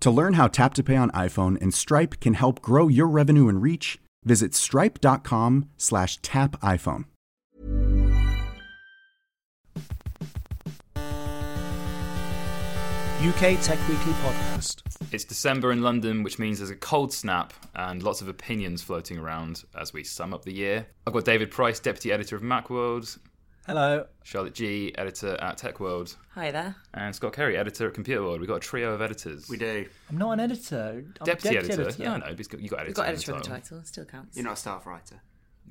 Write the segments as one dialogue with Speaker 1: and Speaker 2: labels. Speaker 1: To learn how Tap to Pay on iPhone and Stripe can help grow your revenue and reach, visit stripe.com slash tap iPhone.
Speaker 2: UK Tech Weekly podcast.
Speaker 3: It's December in London, which means there's a cold snap and lots of opinions floating around as we sum up the year. I've got David Price, deputy editor of Macworld,
Speaker 2: Hello.
Speaker 3: Charlotte G, editor at Techworld,
Speaker 4: Hi there.
Speaker 3: and Scott Kerry, editor at Computer World. We've got a trio of editors.
Speaker 5: We do.
Speaker 2: I'm not an editor. I'm
Speaker 3: Deputy, editor. Yeah, I know. but it's got- You got editor.
Speaker 4: We've got
Speaker 3: in
Speaker 4: editor in the title, still counts.
Speaker 5: You're not a staff writer.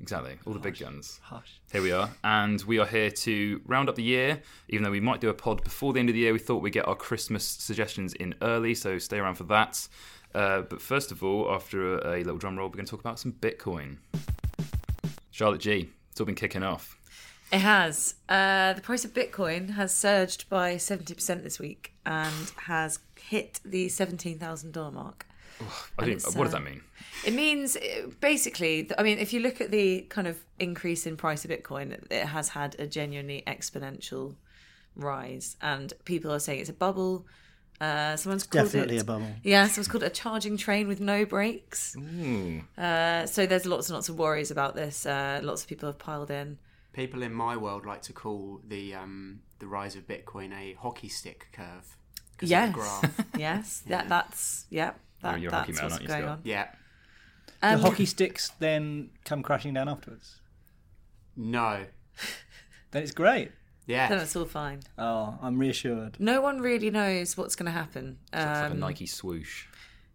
Speaker 3: Exactly. All the big guns.
Speaker 2: Hush.
Speaker 3: Here we are, and we are here to round up the year. Even though we might do a pod before the end of the year, we thought we'd get our Christmas suggestions in early, so stay around for that. Uh, but first of all, after a, a little drum roll, we're going to talk about some Bitcoin. Charlotte G, it's all been kicking off.
Speaker 4: It has. Uh, the price of Bitcoin has surged by 70% this week and has hit the $17,000 mark.
Speaker 3: I
Speaker 4: And
Speaker 3: think,
Speaker 4: it's,
Speaker 3: what does
Speaker 4: uh,
Speaker 3: that mean?
Speaker 4: It means uh, basically, th- I mean, if you look at the kind of increase in price of Bitcoin, it has had a genuinely exponential rise, and people are saying it's a bubble. Uh, someone's called
Speaker 2: Definitely
Speaker 4: it,
Speaker 2: a bubble.
Speaker 4: Yeah, someone's called it a charging train with no brakes.
Speaker 3: Hmm.
Speaker 4: Uh, so there's lots and lots of worries about this. Uh, lots of people have piled in.
Speaker 5: People in my world like to call the um, the rise of Bitcoin a hockey stick curve. 'cause of the
Speaker 4: Yes.
Speaker 5: graph.
Speaker 4: Yes, that that's yeah. That,
Speaker 3: you're a
Speaker 4: that's
Speaker 3: hockey man,
Speaker 4: what's
Speaker 3: aren't you,
Speaker 4: going
Speaker 3: Scott?
Speaker 4: on.
Speaker 5: yeah.
Speaker 2: The
Speaker 4: Um,
Speaker 2: hockey sticks then come crashing down afterwards.
Speaker 5: No.
Speaker 2: Then it's great.
Speaker 4: Um, then
Speaker 5: Yeah.
Speaker 4: it's all fine.
Speaker 2: Oh, I'm reassured.
Speaker 4: No one really knows what's going to happen.
Speaker 3: It's like a
Speaker 4: Um,
Speaker 3: Nike swoosh.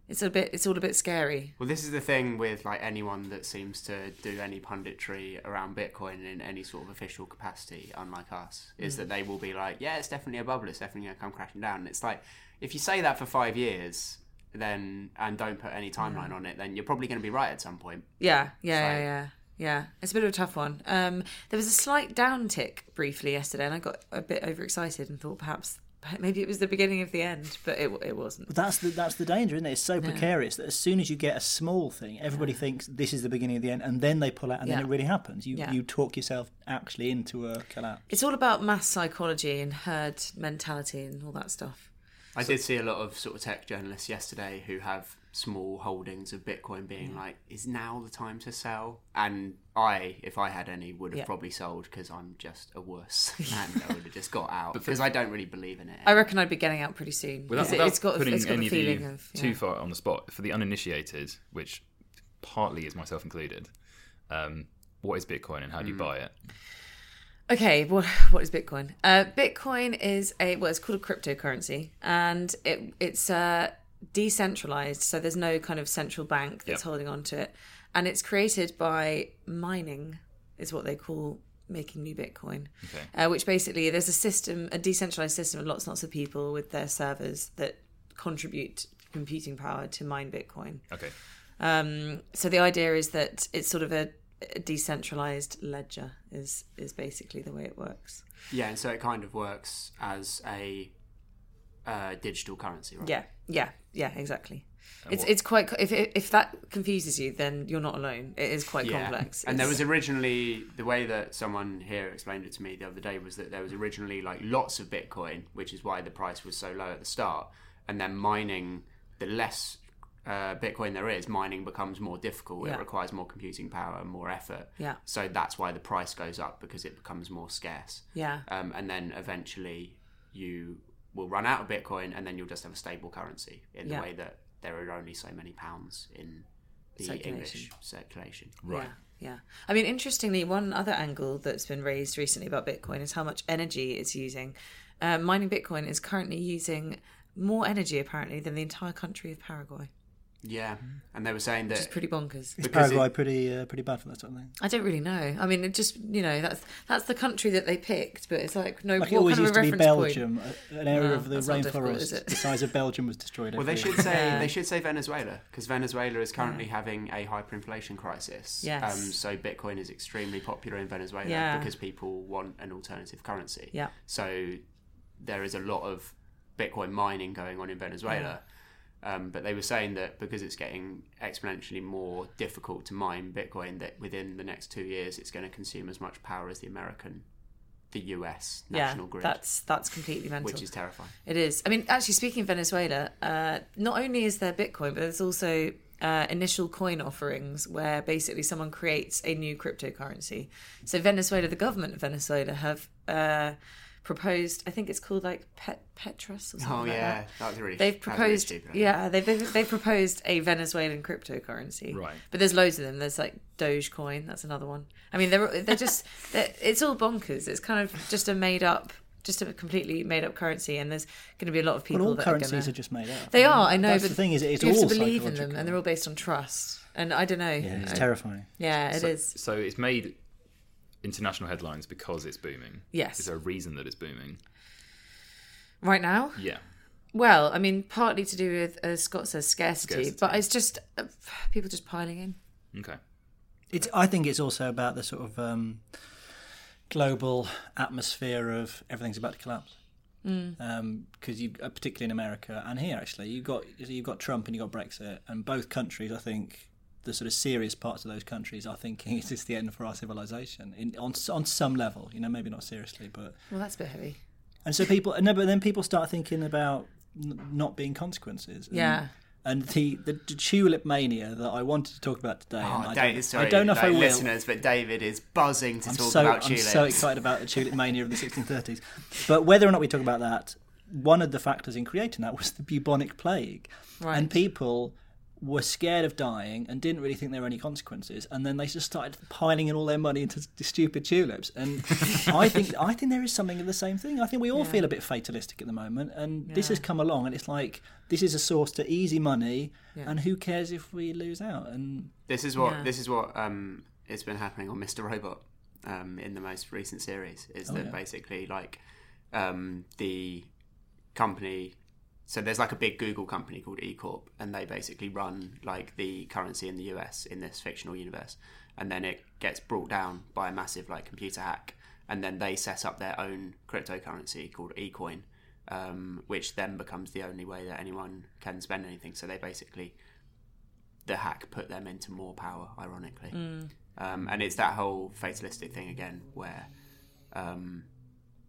Speaker 4: it's a bit. It's all a bit scary.
Speaker 5: Well, this is the thing with like anyone that seems to do any punditry around Bitcoin in any sort of official capacity, unlike us, is that they will be like, "Yeah, it's definitely a bubble. It's definitely going to come crashing down." And it's like, if you say that for five years, then and don't put any timeline on it, then you're probably going to be right at some point.
Speaker 4: Yeah, yeah, yeah,
Speaker 5: So-
Speaker 4: yeah, yeah. It's a bit of a tough one. Um, there was a slight downtick briefly yesterday, and I got a bit overexcited and thought perhaps maybe it was the beginning of the end, but it it wasn't.
Speaker 2: But that's the that's the danger, isn't it? It's so precarious that as soon as you get a small thing, everybody thinks this is the beginning of the end, and then they pull out, and
Speaker 4: Yeah.
Speaker 2: then it really happens. You
Speaker 4: Yeah.
Speaker 2: you talk yourself actually into a collapse.
Speaker 4: It's all about mass psychology and herd mentality and all that stuff.
Speaker 5: I did see a lot of sort of tech journalists yesterday who have small holdings of Bitcoin being
Speaker 4: Mm.
Speaker 5: like, is now the time to sell? And I, if I had any, would have
Speaker 4: Yeah.
Speaker 5: probably sold because I'm just a worse man. I would have just got out because I don't really believe in it.
Speaker 4: I reckon I'd be getting out pretty soon.
Speaker 3: Without,
Speaker 4: 'cause it,
Speaker 3: without
Speaker 4: it's got
Speaker 3: putting
Speaker 4: it's got
Speaker 3: any
Speaker 4: the
Speaker 3: of you
Speaker 4: feeling of yeah.
Speaker 3: too far on the spot, for the uninitiated, which partly is myself included, um, what is Bitcoin and how do
Speaker 4: Mm.
Speaker 3: you buy it?
Speaker 4: Okay, what what is Bitcoin? Uh, Bitcoin is a well, it's called a cryptocurrency, and it it's uh, decentralized, so there's no kind of central bank that's
Speaker 3: Yeah.
Speaker 4: holding on to it, and it's created by mining, is what they call making new Bitcoin,
Speaker 3: Okay.
Speaker 4: uh, which basically there's a system, a decentralized system of lots and lots of people with their servers that contribute computing power to mine Bitcoin.
Speaker 3: Okay.
Speaker 4: Um, so the idea is that it's sort of a, a decentralized ledger is is basically the way it works.
Speaker 5: Yeah, and so it kind of works as a uh, digital currency, right?
Speaker 4: Yeah, yeah, yeah, exactly. It's it's quite co- if if that confuses you, then you're not alone. It is quite complex.
Speaker 5: And there
Speaker 4: It's-
Speaker 5: was originally the way that someone here explained it to me the other day was that there was originally like lots of Bitcoin, which is why the price was so low at the start. And then mining the less uh, Bitcoin there is, mining becomes more difficult.
Speaker 4: Yeah.
Speaker 5: It requires more computing power and more effort.
Speaker 4: Yeah.
Speaker 5: So that's why the price goes up because it becomes more scarce.
Speaker 4: yeah,
Speaker 5: Um, and then eventually you will run out of Bitcoin, and then you'll just have a stable currency in
Speaker 4: Yeah.
Speaker 5: the way that there are only so many pounds in the
Speaker 4: Circulation.
Speaker 5: English circulation.
Speaker 4: right. Yeah, yeah. I mean, interestingly, one other angle that's been raised recently about Bitcoin is how much energy it's using. Uh, mining Bitcoin is currently using more energy apparently than the entire country of Paraguay,
Speaker 5: Yeah, and they were saying
Speaker 4: which is
Speaker 5: that
Speaker 4: pretty bonkers.
Speaker 2: Is
Speaker 5: Because it-
Speaker 2: Paraguay pretty uh, pretty bad for that sort of thing?
Speaker 4: I don't really know. I mean, it just you know that's that's the country that they picked, but it's like no
Speaker 2: Like it
Speaker 4: what
Speaker 2: always
Speaker 4: kind of
Speaker 2: used to
Speaker 4: a
Speaker 2: be
Speaker 4: reference point?
Speaker 2: Belgium, a- an area
Speaker 4: No,
Speaker 2: of the
Speaker 4: that's not difficult, is
Speaker 2: rainforest
Speaker 4: it?
Speaker 2: the size of Belgium was destroyed.
Speaker 5: well, they
Speaker 2: every year.
Speaker 5: should say
Speaker 4: Yeah.
Speaker 5: they should say Venezuela because Venezuela is currently having a hyperinflation crisis.
Speaker 4: Yes.
Speaker 5: Um, so Bitcoin is extremely popular in Venezuela
Speaker 4: Yeah.
Speaker 5: because people want an alternative currency.
Speaker 4: Yeah.
Speaker 5: So there is a lot of Bitcoin mining going on in Venezuela. Um, but they were saying that because it's getting exponentially more difficult to mine Bitcoin, that within the next two years it's going to consume as much power as the American, the US national
Speaker 4: yeah,
Speaker 5: grid,
Speaker 4: that's that's completely mental.
Speaker 5: which is terrifying.
Speaker 4: It is. I mean, actually, speaking of Venezuela, uh, not only is there Bitcoin, but there's also uh, initial coin offerings where basically someone creates a new cryptocurrency. So Venezuela, the government of Venezuela, have uh, proposed. I think it's called like Pet- Petros or something.
Speaker 5: Oh
Speaker 4: like
Speaker 5: yeah,
Speaker 4: that.
Speaker 5: that was really
Speaker 4: They've
Speaker 5: that was really
Speaker 4: proposed,
Speaker 5: stupid, I think.
Speaker 4: yeah, they've, they've they've proposed a Venezuelan cryptocurrency,
Speaker 3: Right.
Speaker 4: But there's loads of them. There's like Dogecoin, that's another one. I mean, they're they're just they're, it's all bonkers. It's kind of just a made up, just a completely made up currency, and there's going to be a lot of people
Speaker 2: Well, all
Speaker 4: that
Speaker 2: currencies are,
Speaker 4: are, gonna,
Speaker 2: just made up.
Speaker 4: They are, I know,
Speaker 2: That's
Speaker 4: but
Speaker 2: the thing is, it's
Speaker 4: you
Speaker 2: all
Speaker 4: have to believe in them,
Speaker 2: psychological.
Speaker 4: and they're all based on trust. And I don't know.
Speaker 2: Yeah, it's
Speaker 4: I-
Speaker 2: terrifying.
Speaker 4: yeah, it is.
Speaker 3: so, So it's made international headlines because it's booming.
Speaker 4: Yes.
Speaker 3: Is there a reason that it's booming?
Speaker 4: Right now,
Speaker 3: Yeah.
Speaker 4: well, I mean, partly to do with, as Scott says, scarcity,
Speaker 3: Scarcity.
Speaker 4: but it's just uh, people just piling in.
Speaker 3: Okay.
Speaker 2: It's. I think it's also about the sort of um, global atmosphere of everything's about to collapse.
Speaker 4: Mm.
Speaker 2: Because you, uh, particularly in America and here, actually, you've got you've got Trump and you've got Brexit, and both countries, I think, the sort of serious parts of those countries are thinking, "Is this the end for our civilization?" In, on s- on some level, you know, maybe not seriously, but
Speaker 4: Well, that's a bit heavy.
Speaker 2: and so people. No, but then people start thinking about n- not being consequences. And
Speaker 4: Yeah.
Speaker 2: and the, the tulip mania that I wanted to talk about today. and
Speaker 5: Oh,
Speaker 2: I,
Speaker 5: David,
Speaker 2: don't,
Speaker 5: sorry,
Speaker 2: I don't know if
Speaker 5: like,
Speaker 2: I will.
Speaker 5: listeners, but David is buzzing to
Speaker 2: I'm
Speaker 5: talk
Speaker 2: so
Speaker 5: about
Speaker 2: I'm
Speaker 5: tulips.
Speaker 2: so excited about the tulip mania of the 1630s. But whether or not we talk about that, one of the factors in creating that was the bubonic plague,
Speaker 4: Right.
Speaker 2: and people were scared of dying and didn't really think there were any consequences and then they just started piling in all their money into the stupid tulips and i think i think there is something of the same thing i think we all feel a bit fatalistic at the moment and this has come along and it's like this is a source to easy money and who cares if we lose out and
Speaker 5: This is what
Speaker 4: Yeah.
Speaker 5: this is what um, it's been happening on Mr. Robot um, in the most recent series. Is that basically like um, the company? So there's like a big Google company called E Corp, and they basically run like the currency in the US in this fictional universe, and then it gets brought down by a massive like computer hack, and then they set up their own cryptocurrency called eCoin, um, which then becomes the only way that anyone can spend anything. So they basically the hack put them into more power, ironically. Um, and it's that whole fatalistic thing again, where, um,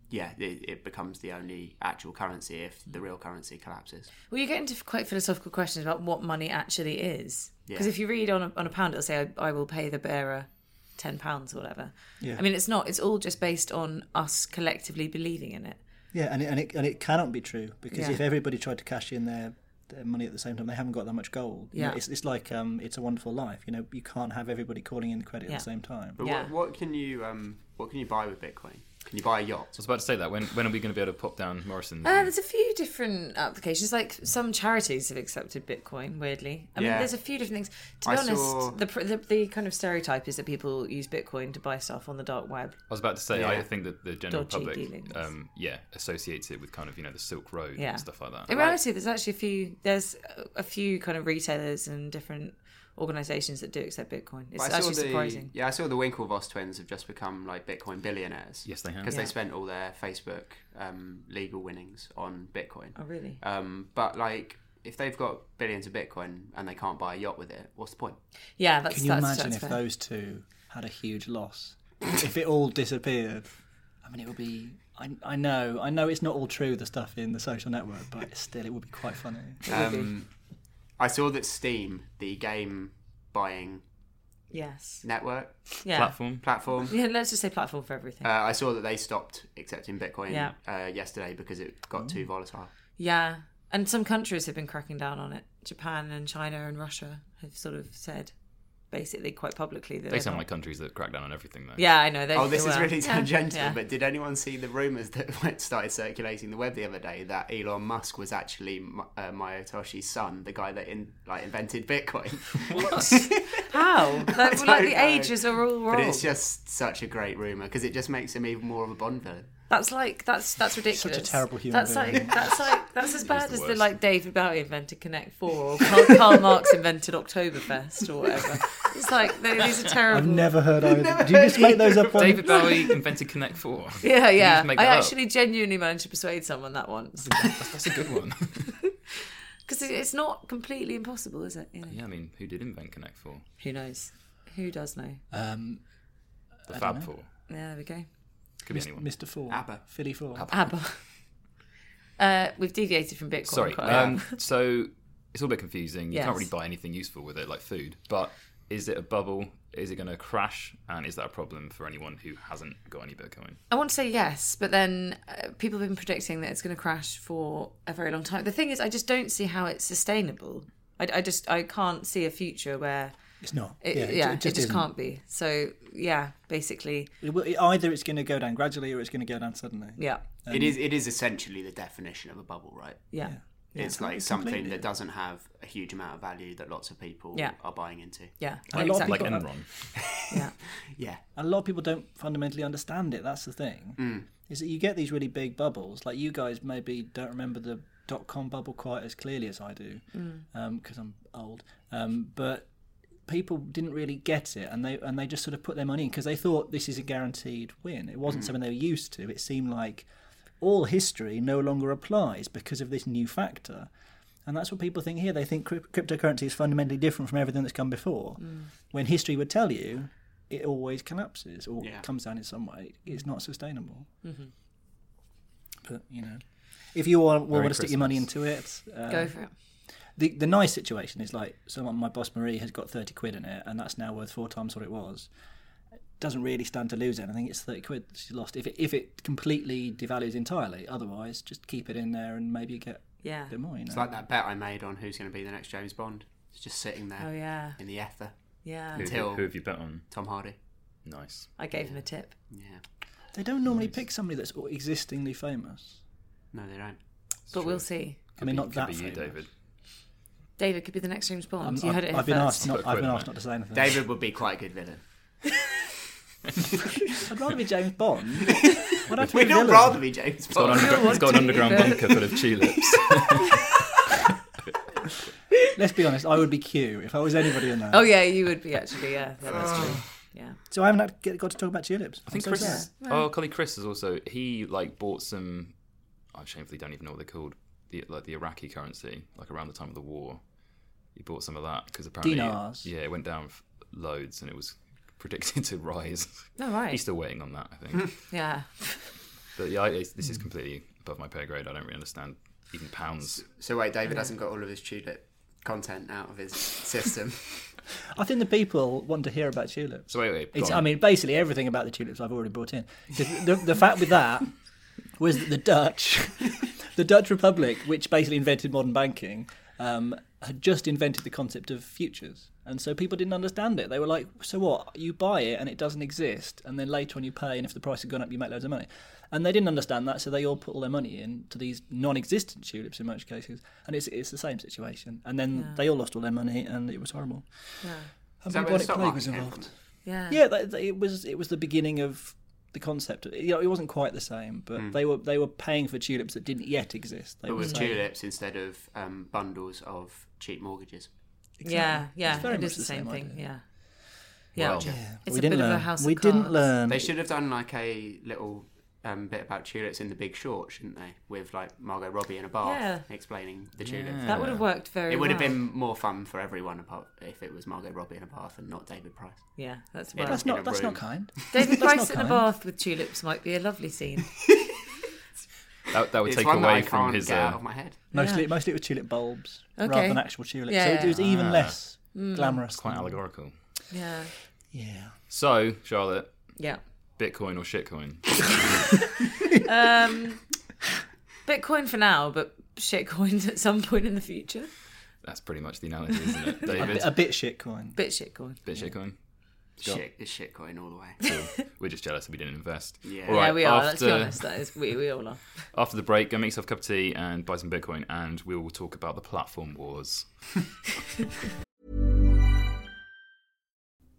Speaker 5: yeah, it, it becomes the only actual currency if the real currency collapses.
Speaker 4: Well, you get into quite philosophical questions about what money actually is. Because
Speaker 5: Yeah.
Speaker 4: if you read on a, on a pound, it'll say, I, I will pay the bearer £10 or whatever.
Speaker 2: Yeah.
Speaker 4: I mean, it's not, it's all just based on us collectively believing in it.
Speaker 2: Yeah, and it, and it and it cannot be true because
Speaker 4: Yeah.
Speaker 2: if everybody tried to cash in their, their money at the same time, they haven't got that much gold. You know,
Speaker 4: Yeah.
Speaker 2: it's it's like um, it's a wonderful life. You know, you can't have everybody calling in the credit
Speaker 4: Yeah.
Speaker 2: at the same time.
Speaker 5: But
Speaker 4: Yeah.
Speaker 5: what, what can you um, what can you buy with Bitcoin? Can you buy a yacht?
Speaker 3: I was about to say that. When when are we going to be able to pop down Morrison's?
Speaker 5: Mm-hmm.
Speaker 4: Uh, there's a few different applications. Like some charities have accepted Bitcoin. Weirdly, I mean,
Speaker 5: Yeah.
Speaker 4: there's a few different things. To be
Speaker 5: I
Speaker 4: honest,
Speaker 5: saw-
Speaker 4: the, pr- the the kind of stereotype is that people use Bitcoin to buy stuff on the dark web.
Speaker 3: I was about to say, I
Speaker 5: Yeah.
Speaker 3: think that the general
Speaker 4: Dodgy dealings.
Speaker 3: public, um, yeah, associates it with kind of you know the Silk Road
Speaker 4: Yeah.
Speaker 3: and stuff like that.
Speaker 4: In reality, there's actually a few. There's a few kind of retailers and different organizations that do accept Bitcoin. It's
Speaker 5: But I saw
Speaker 4: actually
Speaker 5: the-
Speaker 4: surprising.
Speaker 5: Yeah, I saw the Winklevoss twins have just become like Bitcoin billionaires.
Speaker 3: Yes, they have.
Speaker 5: Because
Speaker 4: Yeah.
Speaker 5: they spent all their Facebook um, legal winnings on Bitcoin.
Speaker 4: Oh, really?
Speaker 5: Um, but like, if they've got billions of Bitcoin and they can't buy a yacht with it, what's the point?
Speaker 4: Yeah, that's
Speaker 2: Can you
Speaker 4: that's,
Speaker 2: imagine
Speaker 4: that's
Speaker 2: if
Speaker 4: fair.
Speaker 2: those two had a huge loss? if it all disappeared, I mean, it would be. I, I know, I know, it's not all true the stuff in the social network, but still, it would be quite funny. Um,
Speaker 4: It would be.
Speaker 5: Um, I saw that Steam, the game buying
Speaker 4: yes.
Speaker 5: network
Speaker 4: Yeah.
Speaker 3: Platform.
Speaker 5: platform,
Speaker 4: Yeah, let's just say platform for everything.
Speaker 5: uh, I saw that they stopped accepting Bitcoin
Speaker 4: Yeah.
Speaker 5: uh, yesterday because it got too volatile.
Speaker 4: yeah. And some countries have been cracking down on it. Japan and China and Russia have sort of said basically quite publicly that
Speaker 3: They
Speaker 4: they're
Speaker 3: sound
Speaker 4: not-
Speaker 3: like countries that crack down on everything, though.
Speaker 4: Yeah, I know. They
Speaker 5: Oh, this is
Speaker 4: well,
Speaker 5: really
Speaker 4: yeah,
Speaker 5: tangential,
Speaker 4: yeah.
Speaker 5: but did anyone see the rumours that went- started circulating the web the other day that Elon Musk was actually M- uh, Myatoshi's son, the guy that in, like invented Bitcoin?
Speaker 4: How? Like, well,
Speaker 5: don't
Speaker 4: like the
Speaker 5: know.
Speaker 4: ages are all wrong.
Speaker 5: but it's just such a great rumour because it just makes him even more of a Bond villain.
Speaker 4: That's like that's that's ridiculous.
Speaker 2: terrible human
Speaker 4: That's
Speaker 2: being.
Speaker 4: like that's like that's as bad
Speaker 3: the
Speaker 4: as the
Speaker 3: worst.
Speaker 4: like David Bowie invented Connect Four or Karl, Karl Marx invented Oktoberfest or whatever. It's like they, these are terrible.
Speaker 2: I've never heard either. Did you just make those up? On...
Speaker 3: David Bowie invented Connect Four.
Speaker 4: Yeah,
Speaker 3: You
Speaker 4: yeah.
Speaker 3: just make
Speaker 4: I
Speaker 3: that up.
Speaker 4: actually genuinely managed to persuade someone that once
Speaker 3: That's a good one.
Speaker 4: because it's not completely impossible, is it? You know?
Speaker 3: yeah, I mean, who did invent Connect Four?
Speaker 4: Who knows? Who does know?
Speaker 3: Uh,
Speaker 2: Um,
Speaker 3: The Fab Four.
Speaker 4: Yeah, there we go.
Speaker 3: Could be anyone.
Speaker 2: Mr. Four,
Speaker 5: ABBA.
Speaker 2: Philly Four.
Speaker 4: ABBA. Uh, we've deviated from Bitcoin.
Speaker 3: Sorry.
Speaker 4: quite a lot.
Speaker 3: Um, so it's all a bit confusing. You
Speaker 4: Yes.
Speaker 3: can't really buy anything useful with it, like food. But is it a bubble? Is it going to crash? And is that a problem for anyone who hasn't got any Bitcoin?
Speaker 4: I want to say yes, but then uh, people have been predicting that it's going to crash for a very long time. The thing is, I just don't see how it's sustainable. I, I just I can't see a future where
Speaker 2: It's not.
Speaker 4: it,
Speaker 2: yeah,
Speaker 4: yeah,
Speaker 2: it,
Speaker 4: it, just,
Speaker 2: isn't.
Speaker 4: can't be. So yeah, basically,
Speaker 2: It will- it- either it's going to go down gradually or it's going to go down suddenly.
Speaker 4: yeah,
Speaker 5: it is. It is essentially the definition of a bubble, right?
Speaker 4: yeah,
Speaker 5: it's like something that doesn't have a huge amount of value that lots of people
Speaker 4: Yeah.
Speaker 5: are buying into.
Speaker 4: yeah,
Speaker 2: A lot of
Speaker 4: exactly.
Speaker 3: Like
Speaker 2: people have-
Speaker 3: Enron.
Speaker 4: yeah,
Speaker 5: Yeah.
Speaker 2: a lot of people don't fundamentally understand it. That's the thing. Is that you get these really big bubbles. Like you guys maybe don't remember the dot com bubble quite as clearly as I do, because I'm old. Um, but people didn't really get it, and they and they just sort of put their money in because they thought this is a guaranteed win. It wasn't something they were used to. It seemed like all history no longer applies because of this new factor. And that's what people think here. They think cryp- cryptocurrency is fundamentally different from everything that's come before. When history would tell you it always collapses or
Speaker 5: Yeah.
Speaker 2: comes down in some way, it's not sustainable. But, you know, if you want, want to stick your money into it, uh,
Speaker 4: go for it.
Speaker 2: the, the nice situation is like someone, my boss Marie has got 30 quid in it and that's now worth four times what it was. Doesn't really stand to lose anything. It's 30 quid she's lost. If it, if it completely devalues entirely, otherwise, just keep it in there and maybe get
Speaker 4: Yeah.
Speaker 2: a bit more, you know.
Speaker 5: It's like that bet I made on who's going to be the next James Bond. It's just sitting there
Speaker 4: Oh yeah,
Speaker 5: in the ether.
Speaker 4: yeah.
Speaker 3: Who,
Speaker 5: Till-
Speaker 3: who have you bet on?
Speaker 5: Tom Hardy.
Speaker 3: Nice.
Speaker 4: I gave him a tip.
Speaker 5: Yeah.
Speaker 2: They don't normally pick somebody that's existingly famous.
Speaker 5: No, they don't.
Speaker 4: but we'll see.
Speaker 2: I mean,
Speaker 3: Be-
Speaker 2: not
Speaker 3: could
Speaker 2: that
Speaker 3: be you,
Speaker 2: famous.
Speaker 3: David.
Speaker 4: David could be the next James Bond.
Speaker 2: I'm-
Speaker 4: you
Speaker 2: I've,
Speaker 4: heard it here
Speaker 2: I've been
Speaker 4: first.
Speaker 2: asked not.
Speaker 3: Put a
Speaker 2: I've
Speaker 3: quid
Speaker 2: been
Speaker 3: on
Speaker 2: asked
Speaker 3: it.
Speaker 2: not to say anything.
Speaker 5: David would be quite a good villain.
Speaker 2: I'd rather be James Bond. I'd have to
Speaker 5: We'd
Speaker 2: be a
Speaker 5: all
Speaker 2: villain.
Speaker 5: rather be James
Speaker 3: Got an
Speaker 5: Bond.
Speaker 3: underground, he's got an underground bunker full of tulips.
Speaker 2: Let's be honest. I would be Q if I was anybody in there.
Speaker 4: Oh yeah, you would be actually. Yeah, yeah that's true. Yeah.
Speaker 2: So I haven't had- get- got to talk about tulips.
Speaker 3: I think
Speaker 2: I'm so sad.
Speaker 3: Chris, oh, colleague Chris is also he like bought some. I shamefully don't even know what they're called. The like the Iraqi currency, like around the time of the war, he bought some of that because apparently,
Speaker 2: Dinars.
Speaker 3: yeah, it went down f- loads and it was predicted to rise.
Speaker 4: All right.
Speaker 3: He's still waiting on that, I think.
Speaker 4: Yeah.
Speaker 3: but yeah, I, it's- this is completely above my pay grade. I don't really understand even pounds.
Speaker 5: So wait, David hasn't got all of his tulip content out of his system.
Speaker 2: I think the people want to hear about tulips.
Speaker 3: So wait, wait. go
Speaker 2: It's,
Speaker 3: on.
Speaker 2: I mean, basically everything about the tulips I've already brought in. 'Cause The, the fact with that was that the Dutch, the Dutch Republic, which basically invented modern banking, um, had just invented the concept of futures. And so people didn't understand it. They were like, so what? You buy it and it doesn't exist. And then later on you pay, and if the price had gone up, you make loads of money. And they didn't understand that. So they all put all their money in to these non existent tulips in most cases. And it's, it's the same situation. And then they all lost all their money and it was horrible.
Speaker 4: Yeah.
Speaker 2: And
Speaker 5: that where
Speaker 2: bubonic
Speaker 5: the stock
Speaker 2: plague
Speaker 5: market
Speaker 2: was
Speaker 5: came
Speaker 2: involved.
Speaker 5: from?
Speaker 4: Yeah.
Speaker 2: Yeah, that, that- it was it was the beginning of the concept. You know, it wasn't quite the same, but they were they were paying for tulips that didn't yet exist. They
Speaker 5: Hmm. But
Speaker 2: were
Speaker 5: with
Speaker 2: saying-
Speaker 5: tulips instead of um, bundles of cheap mortgages.
Speaker 4: Yeah, yeah,
Speaker 2: It's very
Speaker 4: it
Speaker 2: much
Speaker 4: is the
Speaker 2: the
Speaker 4: same
Speaker 2: same
Speaker 4: thing.
Speaker 2: idea.
Speaker 4: Yeah, yeah.
Speaker 3: Well-
Speaker 4: It's a bit of a house of
Speaker 2: We didn't
Speaker 4: cards.
Speaker 2: learn.
Speaker 5: They should have done like a little um, bit about tulips in The Big Short, shouldn't they? With like Margot Robbie in a bath
Speaker 4: Yeah.
Speaker 5: explaining the tulips.
Speaker 4: That would have worked very.
Speaker 5: It would have
Speaker 4: well.
Speaker 5: been more fun for everyone apart if it was Margot Robbie in a bath and not David Price.
Speaker 4: Yeah, that's well.
Speaker 2: that's
Speaker 5: in a
Speaker 2: not. That's
Speaker 5: room.
Speaker 2: not kind.
Speaker 4: David
Speaker 2: That's not
Speaker 4: Price in the
Speaker 2: kind.
Speaker 4: bath with tulips might be a lovely scene.
Speaker 3: That, that would
Speaker 5: it's
Speaker 3: take
Speaker 5: one that I
Speaker 3: away
Speaker 5: can't
Speaker 3: from his.
Speaker 5: get out
Speaker 3: Uh,
Speaker 5: of my head.
Speaker 2: Mostly, mostly it was tulip bulbs
Speaker 4: Okay.
Speaker 2: rather than actual tulips.
Speaker 4: Yeah, Hmm.
Speaker 2: so it
Speaker 4: yeah.
Speaker 2: was
Speaker 5: Ah.
Speaker 2: even less glamorous.
Speaker 3: quite
Speaker 2: than-
Speaker 3: allegorical.
Speaker 4: Yeah,
Speaker 2: Yeah.
Speaker 3: So, Charlotte,
Speaker 4: yeah.
Speaker 3: Bitcoin or shitcoin?
Speaker 4: Bitcoin for now, but shitcoin at some point in the future.
Speaker 3: That's pretty much the analogy, isn't it, David?
Speaker 2: A bit shit coin.
Speaker 4: Bit shitcoin.
Speaker 3: Bit shitcoin.
Speaker 5: Shit, it's shit coin all the way.
Speaker 3: We're just jealous that we didn't invest.
Speaker 5: Yeah.
Speaker 3: All
Speaker 4: Yeah,
Speaker 3: right,
Speaker 4: we are.
Speaker 3: After,
Speaker 4: Let's be honest. That is, we, we all are.
Speaker 3: After the break, go make yourself a cup of tea and buy some Bitcoin, and we will talk about the platform wars.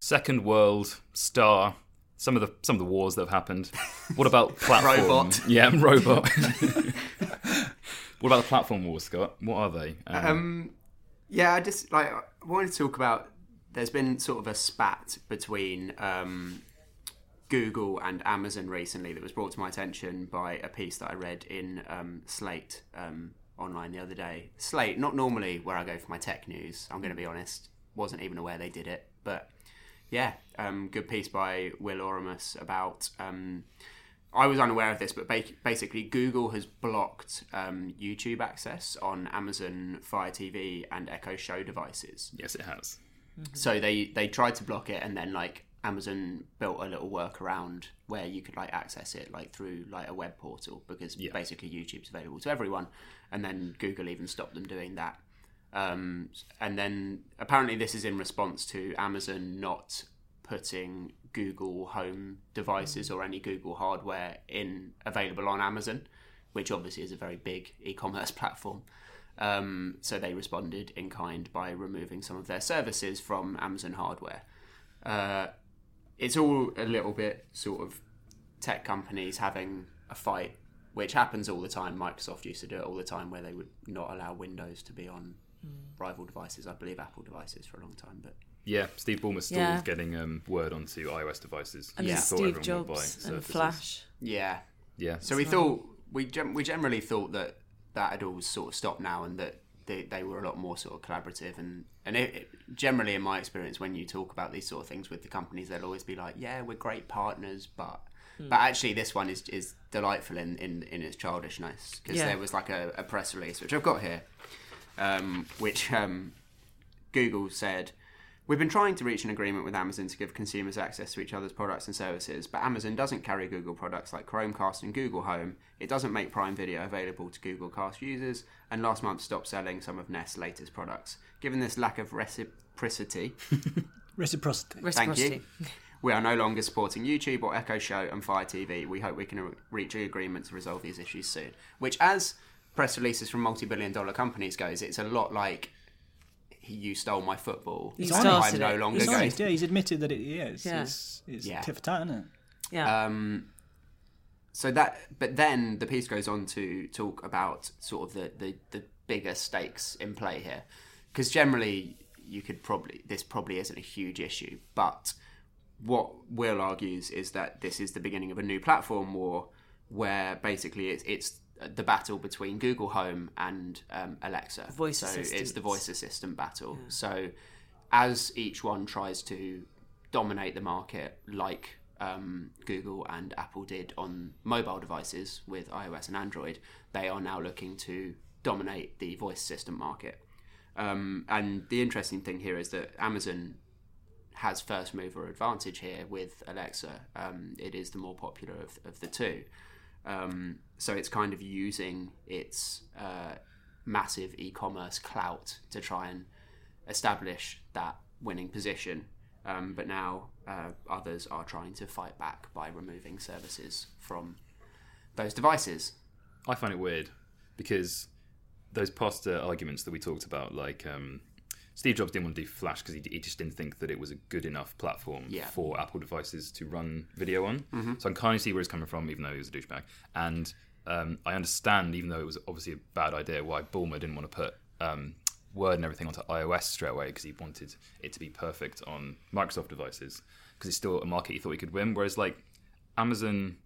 Speaker 3: Second World, Star, some of the some of the wars that have happened. What about platform?
Speaker 5: Robot.
Speaker 3: Yeah, robot. what about the platform wars, Scott? What are they? Um,
Speaker 5: Um, yeah, I just like I wanted to talk about. There's been sort of a spat between um, Google and Amazon recently that was brought to my attention by a piece that I read in um, Slate um, online the other day. Slate, not normally where I go for my tech news. I'm going to be honest, wasn't even aware they did it, but yeah, um, good piece by Will Oramus about. Um, I was unaware of this, but ba- basically, Google has blocked um, YouTube access on Amazon Fire TV and Echo Show devices.
Speaker 3: yes, it has.
Speaker 5: So they they tried to block it, and then like Amazon built a little workaround where you could like access it like through like a web portal because basically YouTube's available to everyone, and then Google even stopped them doing that. Um, and then apparently this is in response to Amazon not putting Google Home devices or any Google hardware in available on Amazon, which obviously is a very big e-commerce platform. Um, so they responded in kind by removing some of their services from Amazon hardware. Uh, it's all a little bit sort of tech companies having a fight, which happens all the time. Microsoft used to do it all the time, where they would not allow Windows to be on rival devices. I believe Apple devices for a long time, but
Speaker 3: Yeah, Steve Ballmer stalled
Speaker 4: Yeah.
Speaker 3: getting um, word onto iOS devices.
Speaker 4: And
Speaker 3: He
Speaker 5: Yeah.
Speaker 3: thought everyone
Speaker 4: Steve
Speaker 3: would buy
Speaker 4: Jobs and
Speaker 3: Surfaces.
Speaker 4: Flash.
Speaker 5: yeah.
Speaker 3: Yeah.
Speaker 5: So we thought we gen- we generally thought that that had all sort of stopped now, and that they, they were a lot more sort of collaborative. And and it, it, generally, in my experience, when you talk about these sort of things with the companies, they'll always be like, "Yeah, we're great partners," but but actually, this one is is delightful in in, in its childishness because
Speaker 4: Yeah.
Speaker 5: there was like a, a press release which I've got here, um, which um, Google said We've been trying to reach an agreement with Amazon to give consumers access to each other's products and services, but Amazon doesn't carry Google products like Chromecast and Google Home. It doesn't make Prime Video available to Google Cast users, and last month stopped selling some of Nest's latest products. Given this lack of reciprocity,
Speaker 2: Reciprocity.
Speaker 5: Thank
Speaker 4: Reciprocity.
Speaker 5: you. We are no longer supporting YouTube or Echo Show and Fire TV. We hope we can re- reach an agreement to resolve these issues soon. Which, as press releases from multi-billion dollar companies goes, it's a lot like you stole my football.
Speaker 4: You
Speaker 5: I'm
Speaker 4: started
Speaker 5: no
Speaker 4: it.
Speaker 5: longer
Speaker 2: He's
Speaker 4: It's
Speaker 5: going.
Speaker 2: honest, yeah. He's admitted that it yeah, it's,
Speaker 4: Yeah.
Speaker 2: it's, it's
Speaker 5: Yeah.
Speaker 2: tit for tat, isn't it?
Speaker 4: Yeah.
Speaker 5: Um, so that, but then the piece goes on to talk about sort of the the, the bigger stakes in play here, because generally you could probably this probably isn't a huge issue, but what Will argues is that this is the beginning of a new platform war, where basically it's it's the battle between Google Home and um, Alexa.
Speaker 4: Voice
Speaker 5: so it's the
Speaker 4: assistants.
Speaker 5: voice assistant battle. So as each one tries to dominate the market like um, Google and Apple did on mobile devices with iOS and Android, they are now looking to dominate the voice assistant market. Um, and the interesting thing here is that Amazon has first mover advantage here with Alexa. Um, it is the more popular of, of the two. Um, so it's kind of using its uh, massive e commerce clout to try and establish that winning position. Um, but now uh, others are trying to fight back by removing services from those devices.
Speaker 3: I find it weird because those past uh, arguments that we talked about, like um, Steve Jobs didn't want to do Flash because he, he just didn't think that it was a good enough platform
Speaker 5: Yeah.
Speaker 3: for Apple devices to run video on. So I can kind of see where he's coming from, even though he was a douchebag. And um, I understand, even though it was obviously a bad idea, why Bulmer didn't want to put um, Word and everything onto iOS straight away because he wanted it to be perfect on Microsoft devices because it's still a market he thought he could win. Whereas, like, Amazon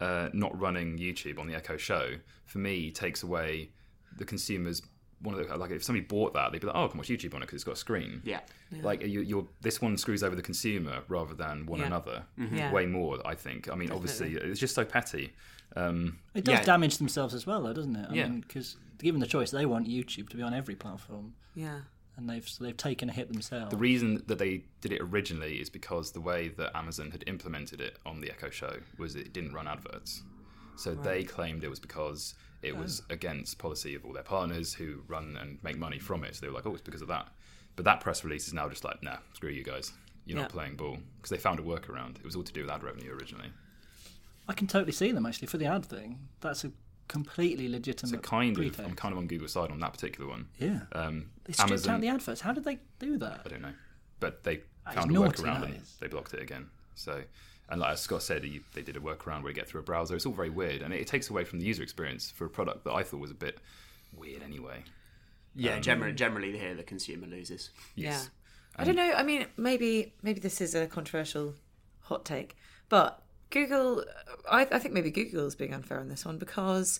Speaker 3: uh, not running YouTube on the Echo Show for me takes away the consumers. One of the like, if somebody bought that, they'd be like, "Oh, I can watch YouTube on it because it's got a screen."
Speaker 5: Yeah.
Speaker 3: Like you, you're this one screws over the consumer rather than one
Speaker 4: Yeah.
Speaker 3: another.
Speaker 4: Yeah.
Speaker 3: Way more, I think. I mean, obviously, it's just so petty. Um,
Speaker 2: It does
Speaker 5: Yeah.
Speaker 2: damage themselves as well, though, doesn't it? I
Speaker 3: Yeah.
Speaker 2: Because given the choice, they want YouTube to be on every platform,
Speaker 4: yeah.
Speaker 2: and they've so they've taken a hit themselves.
Speaker 3: the reason that they did it originally is because the way that Amazon had implemented it on the Echo Show was it didn't run adverts. So they claimed it was because it was against policy of all their partners who run and make money from it. So they were like, oh, it's because of that. But that press release is now just like, nah, screw you guys. You're
Speaker 4: Yeah.
Speaker 3: not playing ball. Because they found a workaround. It was all to do with ad revenue originally.
Speaker 2: I can totally see them actually for the ad thing. That's a completely legitimate.
Speaker 3: So kind of,
Speaker 2: pretext.
Speaker 3: I'm kind of on Google's side on that particular one.
Speaker 2: yeah.
Speaker 3: Um,
Speaker 2: they stripped
Speaker 3: Amazon,
Speaker 2: out the adverts. How did they do that?
Speaker 3: I don't know, but they
Speaker 2: That
Speaker 3: found a
Speaker 2: is naughty,
Speaker 3: workaround
Speaker 2: that
Speaker 3: and
Speaker 2: is.
Speaker 3: they blocked it again. So, and like as Scott said, you, they did a workaround where you get through a browser. It's all very weird, and it, it takes away from the user experience for a product that I thought was a bit weird anyway. Um,
Speaker 5: Yeah, generally, generally Um, here the consumer loses.
Speaker 3: Yes.
Speaker 4: Yeah. I don't know. I mean, maybe maybe this is a controversial hot take, but Google, I, I think maybe Google is being unfair on this one because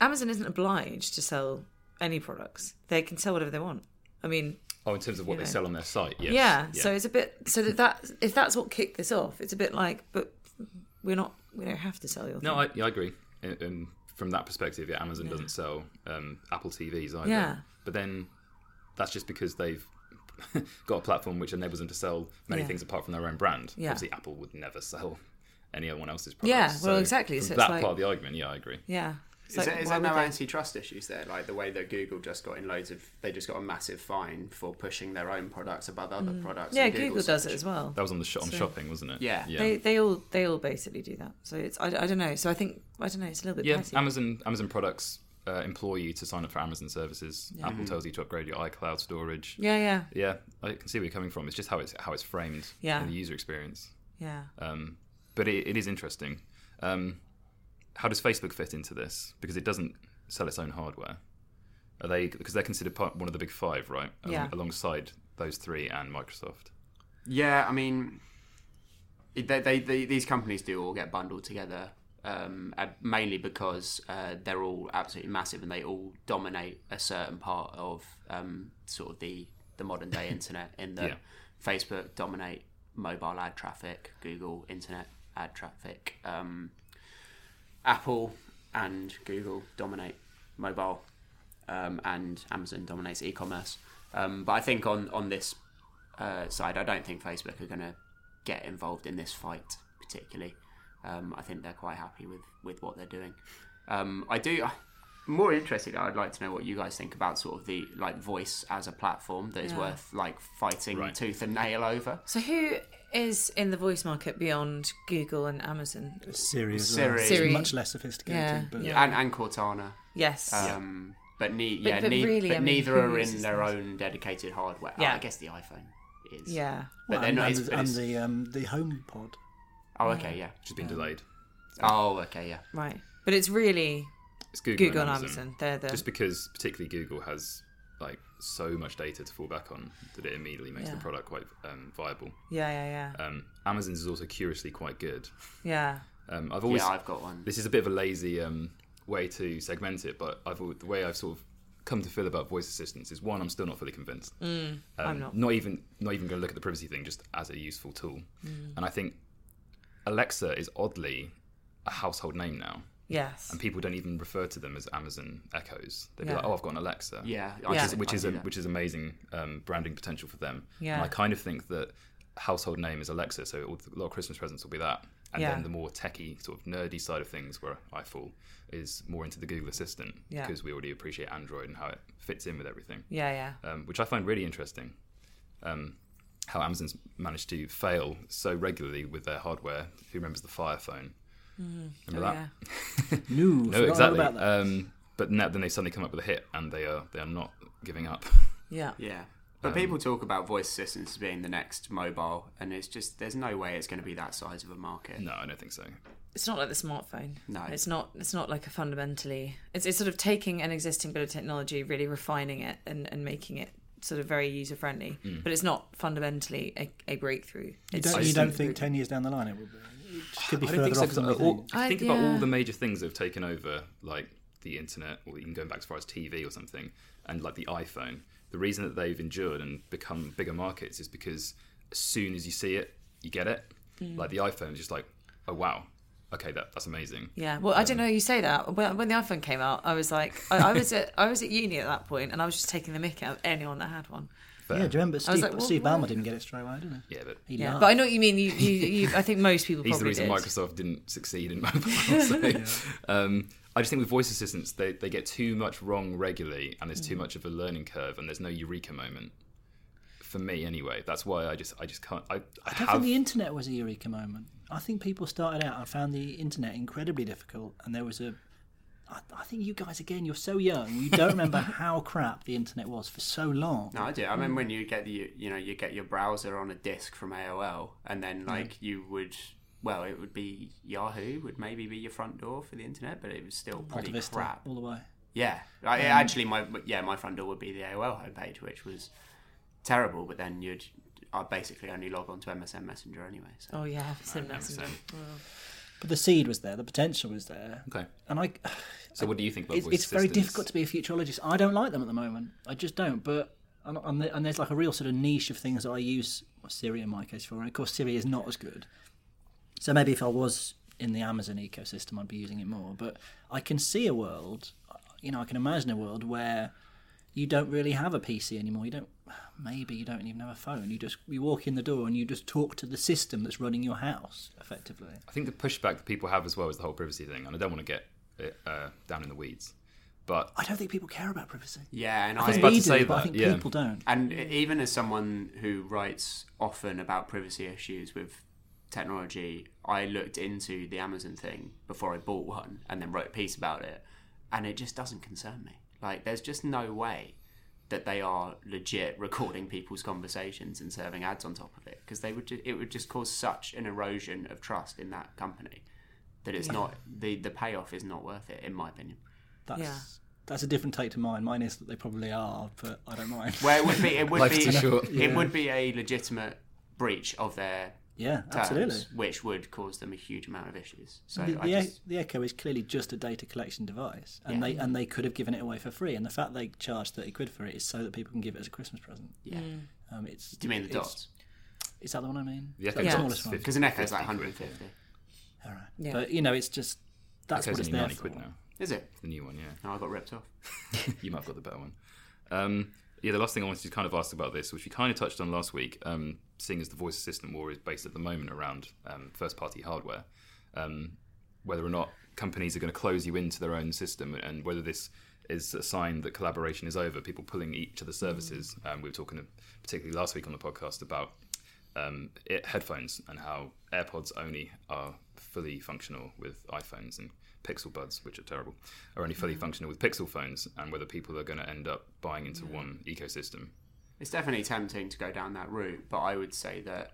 Speaker 4: Amazon isn't obliged to sell any products. They can sell whatever they want. I mean,
Speaker 3: Oh, in terms of what they
Speaker 4: know.
Speaker 3: sell on their site, yes.
Speaker 4: yeah. So it's a bit. So that, that if that's what kicked this off, it's a bit like, but we're not. We don't have to sell your.
Speaker 3: no,
Speaker 4: thing.
Speaker 3: I, yeah, I agree. And, and from that perspective, yeah, Amazon doesn't sell um, Apple TVs either.
Speaker 4: Yeah.
Speaker 3: But then that's just because they've got a platform which enables them to sell many
Speaker 4: Yeah.
Speaker 3: things apart from their own brand.
Speaker 4: Yeah.
Speaker 3: Obviously, Apple would never sell anyone else's products.
Speaker 4: Yeah, well,
Speaker 3: So
Speaker 4: exactly.
Speaker 3: from
Speaker 4: So it's
Speaker 3: that
Speaker 4: like-
Speaker 3: part of the argument, yeah, I agree.
Speaker 4: yeah. It's like,
Speaker 5: Is, there, is
Speaker 4: why
Speaker 5: there no
Speaker 4: would they-
Speaker 5: antitrust issues there? Like the way that Google just got in loads of, they just got a massive fine for pushing their own products above other products.
Speaker 4: Mm. Yeah,
Speaker 5: in
Speaker 4: Google,
Speaker 5: Google
Speaker 4: does
Speaker 5: search.
Speaker 4: it as well.
Speaker 3: That was on the sh- on shopping, wasn't it?
Speaker 5: Yeah.
Speaker 3: yeah.
Speaker 4: They, they all they all basically do that. So it's I, I don't know. So I think I don't know. It's a little bit
Speaker 3: yeah,
Speaker 4: petty.
Speaker 3: Amazon Amazon products uh, employ you to sign up for Amazon services. Apple tells you to upgrade your iCloud storage.
Speaker 4: Yeah, yeah,
Speaker 3: Yeah, I can see where you're coming from. It's just how it's how it's framed
Speaker 4: Yeah.
Speaker 3: in the user experience.
Speaker 4: yeah.
Speaker 3: Um, but it, it is interesting. Um, how does Facebook fit into this? Because it doesn't sell its own hardware. Are they because they're considered part one of the big five, right? Along-
Speaker 4: Yeah.
Speaker 3: Alongside those three and Microsoft.
Speaker 5: Yeah, I mean, they, they, they, these companies do all get bundled together, um, uh, mainly because uh, they're all absolutely massive and they all dominate a certain part of um, sort of the, the modern day internet. In that
Speaker 3: Yeah.
Speaker 5: Facebook dominate mobile ad traffic, Google internet ad traffic, um, Apple and Google dominate mobile, um, and Amazon dominates e-commerce. Um, but I think on on this uh, side, I don't think Facebook are going to get involved in this fight particularly. Um, I think they're quite happy with, with what they're doing. Um, I do. More interesting, I'd like to know what you guys think about sort of the like voice as a platform that is
Speaker 4: Yeah.
Speaker 5: worth like fighting
Speaker 3: Right.
Speaker 5: tooth and nail over.
Speaker 4: So who is in the voice market beyond Google and Amazon?
Speaker 2: Siri, as
Speaker 5: Siri.
Speaker 2: well. It's
Speaker 4: Siri.
Speaker 2: much less sophisticated.
Speaker 4: Yeah,
Speaker 2: But
Speaker 4: yeah.
Speaker 5: And, and Cortana.
Speaker 4: Yes.
Speaker 5: Um, but, ne- yeah,
Speaker 4: but
Speaker 5: ne-
Speaker 4: really,
Speaker 5: but
Speaker 4: I mean,
Speaker 5: neither
Speaker 4: who
Speaker 5: are in
Speaker 4: uses
Speaker 5: their
Speaker 4: those?
Speaker 5: own dedicated hardware. Oh,
Speaker 4: Yeah.
Speaker 5: I guess the iPhone is.
Speaker 4: yeah.
Speaker 2: Well,
Speaker 5: But they're
Speaker 2: and,
Speaker 5: not.
Speaker 2: and,
Speaker 5: it's- but
Speaker 2: and
Speaker 5: it's-
Speaker 2: the um, the home pod.
Speaker 5: oh, okay, yeah.
Speaker 3: Which has been delayed.
Speaker 5: Oh, okay, yeah.
Speaker 4: Right. But it's really
Speaker 3: It's Google,
Speaker 4: Google and
Speaker 3: and
Speaker 4: Amazon. They're the
Speaker 3: Just because, particularly Google has like so much data to fall back on that it immediately makes
Speaker 4: Yeah.
Speaker 3: the product quite um, viable.
Speaker 4: yeah, yeah, yeah,
Speaker 3: Um, Amazon's is also curiously quite good.
Speaker 4: yeah.
Speaker 3: Um, I've always
Speaker 5: yeah, I've got one.
Speaker 3: this is a bit of a lazy um, way to segment it, but I've al- the way I've sort of come to feel about voice assistants is one, I'm still not fully convinced. um,
Speaker 4: Mm, I'm not.
Speaker 3: even not even going to look at the privacy thing just as a useful tool.
Speaker 4: Mm.
Speaker 3: And I think Alexa is oddly a household name now,
Speaker 4: Yes.
Speaker 3: and people don't even refer to them as Amazon Echoes. They'd be
Speaker 4: Yeah.
Speaker 3: like, "Oh, I've got an Alexa."
Speaker 5: Yeah, I
Speaker 4: Yeah.
Speaker 5: do-
Speaker 3: which
Speaker 5: I
Speaker 3: is
Speaker 5: do
Speaker 3: a,
Speaker 5: that.
Speaker 3: which is amazing um, branding potential for them.
Speaker 4: Yeah.
Speaker 3: And I kind of think that household name is Alexa, so all, a lot of Christmas presents will be that. And
Speaker 4: Yeah.
Speaker 3: then the more techie, sort of nerdy side of things, where I fall, is more into the Google Assistant
Speaker 4: Yeah.
Speaker 3: because we already appreciate Android and how it fits in with everything,
Speaker 4: Yeah, yeah.
Speaker 3: um, which I find really interesting. Um, how Amazon's managed to fail so regularly with their hardware. Who remembers the Fire Phone? Remember that?
Speaker 4: Mm-hmm. Oh, Yeah.
Speaker 2: No,
Speaker 3: No,
Speaker 2: forgot all
Speaker 3: exactly.
Speaker 2: About that.
Speaker 3: Um, but now, then they suddenly come up with a hit, and they are they are not giving up.
Speaker 4: Yeah.
Speaker 5: Yeah. But people talk about voice assistants as being the next mobile, and it's just there's no way it's going to be that size of a market.
Speaker 3: No, I don't think so.
Speaker 4: It's not like the smartphone.
Speaker 5: No.
Speaker 4: It's not it's not like a fundamentally it's it's sort of taking an existing bit of technology, really refining it and, and making it sort of very user friendly. But it's not fundamentally a, a breakthrough.
Speaker 2: you
Speaker 4: It's
Speaker 2: don't, you
Speaker 4: just-
Speaker 2: don't think ten years down the line it will be? It could be
Speaker 3: I
Speaker 2: further
Speaker 3: don't think so.
Speaker 2: off than we
Speaker 3: because all-
Speaker 2: think.
Speaker 4: I-
Speaker 3: think about
Speaker 4: yeah.
Speaker 3: all the major things that have taken over, like the internet, or even going back as far as TV or something, and like the iPhone. The reason that they've endured and become bigger markets is because as soon as you see it, you get it.
Speaker 4: Mm.
Speaker 3: Like the iPhone is just like, oh wow, okay, that, that's amazing.
Speaker 4: Yeah, well, I don't know. You say that when, when the iPhone came out, I was like, I, I was at I was at uni at that point, and I was just taking the mick out of anyone that had one.
Speaker 3: Fair.
Speaker 2: Yeah, do you remember Steve,
Speaker 4: like, well,
Speaker 2: Steve
Speaker 4: why?
Speaker 2: Ballmer didn't get it straight away, didn't he?
Speaker 3: Yeah, but
Speaker 2: He
Speaker 4: Yeah,
Speaker 2: laughed.
Speaker 4: but I know what you mean. You, you, you I think most people
Speaker 3: he's the
Speaker 4: probably
Speaker 3: reason
Speaker 4: did.
Speaker 3: Microsoft didn't succeed in mobile. So, um, I just think with voice assistants, they, they get too much wrong regularly, and
Speaker 2: Mm.
Speaker 3: there's too much of a learning curve, and there's no eureka moment. For me, anyway, that's why I just I just can't. I, I,
Speaker 2: I
Speaker 3: have
Speaker 2: don't think the internet was a eureka moment. I think people started out and found the internet incredibly difficult, and there was a. I, I think you guys again, you're so young, you don't remember how crap the internet was for so long.
Speaker 5: No, I do. I remember when you get the you know you get your browser on a disk from AOL, and then like you would well it would be Yahoo would maybe be your front door for the internet, but it was still pretty
Speaker 2: Alta Vista,
Speaker 5: crap.
Speaker 2: all the way.
Speaker 5: Yeah, I, actually, my yeah, my front door would be the AOL homepage, which was terrible. But then you'd I basically only log on to MSN Messenger anyway. So
Speaker 4: Oh yeah, Sim Nelson.
Speaker 2: But the seed was there, the potential was there,
Speaker 3: Okay.
Speaker 2: and I.
Speaker 3: So what do you think about
Speaker 2: It's,
Speaker 3: voice
Speaker 2: it's very
Speaker 3: assistants?
Speaker 2: difficult to be a futurologist. I don't like them at the moment. I just don't. But and, and the- and there's like a real sort of niche of things that I use well, Siri in my case for. And of course, Siri is not as good. So maybe if I was in the Amazon ecosystem, I'd be using it more. But I can see a world. You know, I can imagine a world where you don't really have a PC anymore. You don't. Maybe you don't even have a phone. You just you walk in the door and you just talk to the system that's running your house effectively.
Speaker 3: I think the pushback that people have as well is the whole privacy thing, and I don't want to get uh, down in the weeds. But
Speaker 2: I don't think people care about privacy.
Speaker 5: yeah, and
Speaker 3: was
Speaker 5: I,
Speaker 3: about
Speaker 2: we
Speaker 3: to
Speaker 2: do,
Speaker 3: say
Speaker 2: but I
Speaker 3: that,
Speaker 2: think
Speaker 3: yeah.
Speaker 2: people don't.
Speaker 5: And e, even as someone who writes often about privacy issues with technology, I looked into the Amazon thing before I bought one and then wrote a piece about it. And it just doesn't concern me. Like, there's just no way that they are legit recording people's conversations and serving ads on top of it because they would ju- it would just cause such an erosion of trust in that company that it's not the the payoff is not worth it in my opinion.
Speaker 2: That's
Speaker 4: Yeah.
Speaker 2: that's a different take to mine. Mine is that they probably are, but I don't mind.
Speaker 5: Where it would be it would
Speaker 3: Life's
Speaker 5: be
Speaker 3: too short.
Speaker 5: it would be a legitimate breach of their
Speaker 2: yeah,
Speaker 5: terms,
Speaker 2: absolutely.
Speaker 5: which would cause them a huge amount of issues. So
Speaker 2: The,
Speaker 5: I
Speaker 2: the,
Speaker 5: just,
Speaker 2: e- the Echo is clearly just a data collection device, and they and they could have given it away for free. And the fact they charge thirty quid for it is so that people can give it as a Christmas present.
Speaker 5: yeah.
Speaker 2: Um, it's
Speaker 5: Do you mean the
Speaker 2: it's-
Speaker 5: dots?
Speaker 2: Is that the one I mean?
Speaker 3: the
Speaker 2: Is
Speaker 3: Echo
Speaker 2: that the
Speaker 4: Yeah.
Speaker 2: smallest
Speaker 3: Dot's
Speaker 2: one.
Speaker 3: 50
Speaker 5: Because an echo is
Speaker 3: 50
Speaker 5: like
Speaker 3: quid.
Speaker 5: 150.
Speaker 2: All right.
Speaker 4: Yeah.
Speaker 2: But you know, it's just that's
Speaker 3: Echo's
Speaker 2: what it's
Speaker 3: only
Speaker 2: there
Speaker 3: 90
Speaker 2: for.
Speaker 3: quid now.
Speaker 5: Is it?
Speaker 3: The new one, yeah.
Speaker 5: No, I got ripped off.
Speaker 3: you might have got the better one. Um, yeah, the last thing I wanted to kind of ask about this, which we kind of touched on last week, um, seeing as the voice assistant war is based at the moment around um, first party hardware, um, whether or not companies are going to close you into their own system and whether this is a sign that collaboration is over, people pulling each other's services. Um, we were talking, particularly last week on the podcast, about um, it, headphones and how AirPods only are fully functional with iPhones and Pixel Buds, which are terrible, are only
Speaker 4: Mm.
Speaker 3: fully functional with Pixel phones, and whether people are going to end up buying into one ecosystem.
Speaker 5: It's definitely tempting to go down that route, but I would say that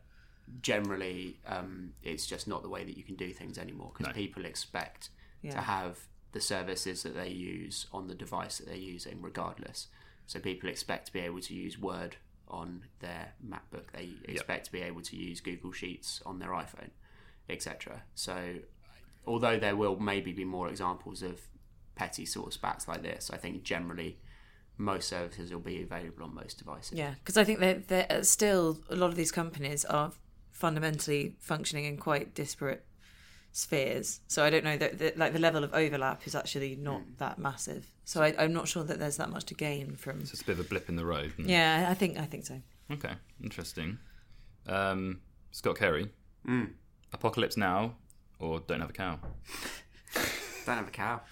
Speaker 5: generally um, it's just not the way that you can do things anymore because people expect to
Speaker 4: Yeah.
Speaker 5: have the services that they use on the device that they're using, regardless. So people expect to be able to use Word on their MacBook. They expect to be able to use Google Sheets on their iPhone, etc. So although there will maybe be more examples of petty sort of spats like this, I think generally most services will be available on most devices.
Speaker 4: Yeah, because I think that that still a lot of these companies are fundamentally functioning in quite disparate spheres. So I don't know that the, like the level of overlap is actually not
Speaker 3: Mm.
Speaker 4: that massive. So I, I'm not sure that there's that much to gain from.
Speaker 3: So it's a bit of a blip in the road. and-
Speaker 4: Yeah, I think I think so.
Speaker 3: Okay, interesting. Um, Scott Carey, Apocalypse Now or Don't Have a Cow?
Speaker 5: Don't have a cow.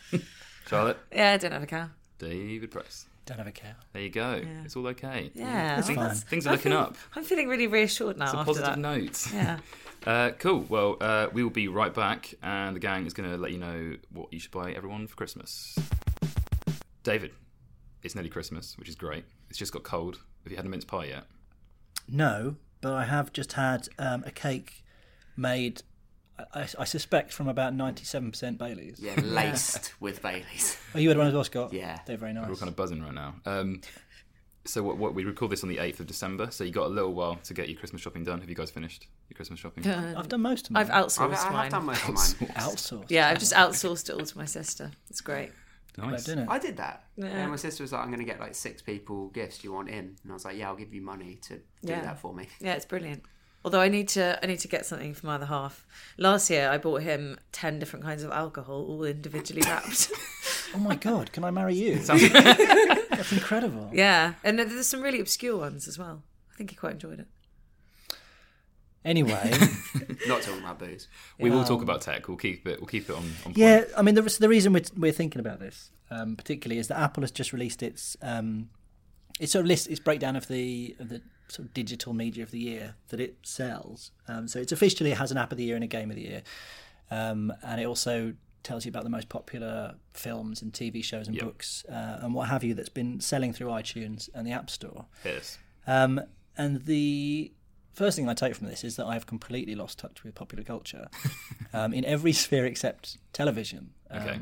Speaker 3: Charlotte,
Speaker 4: Yeah, I don't have a cow.
Speaker 3: David Price.
Speaker 2: Don't have a cow.
Speaker 3: There you go. It's all okay.
Speaker 4: Yeah,
Speaker 3: Things,
Speaker 4: that's-
Speaker 3: things are
Speaker 4: I
Speaker 3: looking
Speaker 4: feel-
Speaker 3: up.
Speaker 4: I'm feeling really reassured now
Speaker 3: It's a
Speaker 4: after
Speaker 3: positive
Speaker 4: that.
Speaker 3: note.
Speaker 4: Yeah.
Speaker 3: Uh, cool. Well, uh, we will be right back, and the gang is going to let you know what you should buy everyone for Christmas. David, it's nearly Christmas, which is great. It's just got cold. Have you had a mince pie yet?
Speaker 2: No, but I have just had um, a cake made. I, I- I suspect from about ninety-seven percent Bailey's.
Speaker 5: Yeah, laced with Baileys.
Speaker 2: Oh, you had one as well, Scott.
Speaker 5: Yeah.
Speaker 2: they're very nice.
Speaker 3: We're all kind of buzzing right now. Um, so what, what we record this on the eighth of December. So you got a little while to get your Christmas shopping done. Have you guys finished your Christmas shopping?
Speaker 2: I've done most of them.
Speaker 4: Um, I've
Speaker 5: I've,
Speaker 4: outsourced
Speaker 5: I have
Speaker 4: mine.
Speaker 5: done most of mine.
Speaker 2: outsourced.
Speaker 4: yeah, I've just outsourced it all to my sister. It's great.
Speaker 2: I've
Speaker 3: nice.
Speaker 2: done it.
Speaker 5: I did that.
Speaker 4: Yeah.
Speaker 5: And my sister was like, I'm going to get like six people gifts. Do you want in? And I was like, yeah, I'll give you money to do
Speaker 4: Yeah.
Speaker 5: that for me.
Speaker 4: Yeah, it's brilliant. Although I need to, I need to get something for my other half. Last year, I bought him ten different kinds of alcohol, all individually wrapped.
Speaker 2: Oh my god, can I marry you? That's incredible.
Speaker 4: yeah, and there- there's some really obscure ones as well. I think he quite enjoyed it.
Speaker 2: Anyway,
Speaker 5: Not talking about booze.
Speaker 3: We will talk about tech. We'll keep it. We'll keep it on. on
Speaker 2: yeah,
Speaker 3: point.
Speaker 2: I mean, the, re- the reason we're, we're thinking about this um, particularly is that Apple has just released its um, its sort of list, its breakdown of the of the sort of digital media of the year that it sells. Um, so it's officially it has an app of the year and a game of the year, um, and it also tells you about the most popular films and TV shows and books uh, and what have you that's been selling through iTunes and the App Store.
Speaker 3: Yes.
Speaker 2: Um, and the first thing I take from this is that I have completely lost touch with popular culture um, in every sphere except television. Um,
Speaker 3: Okay.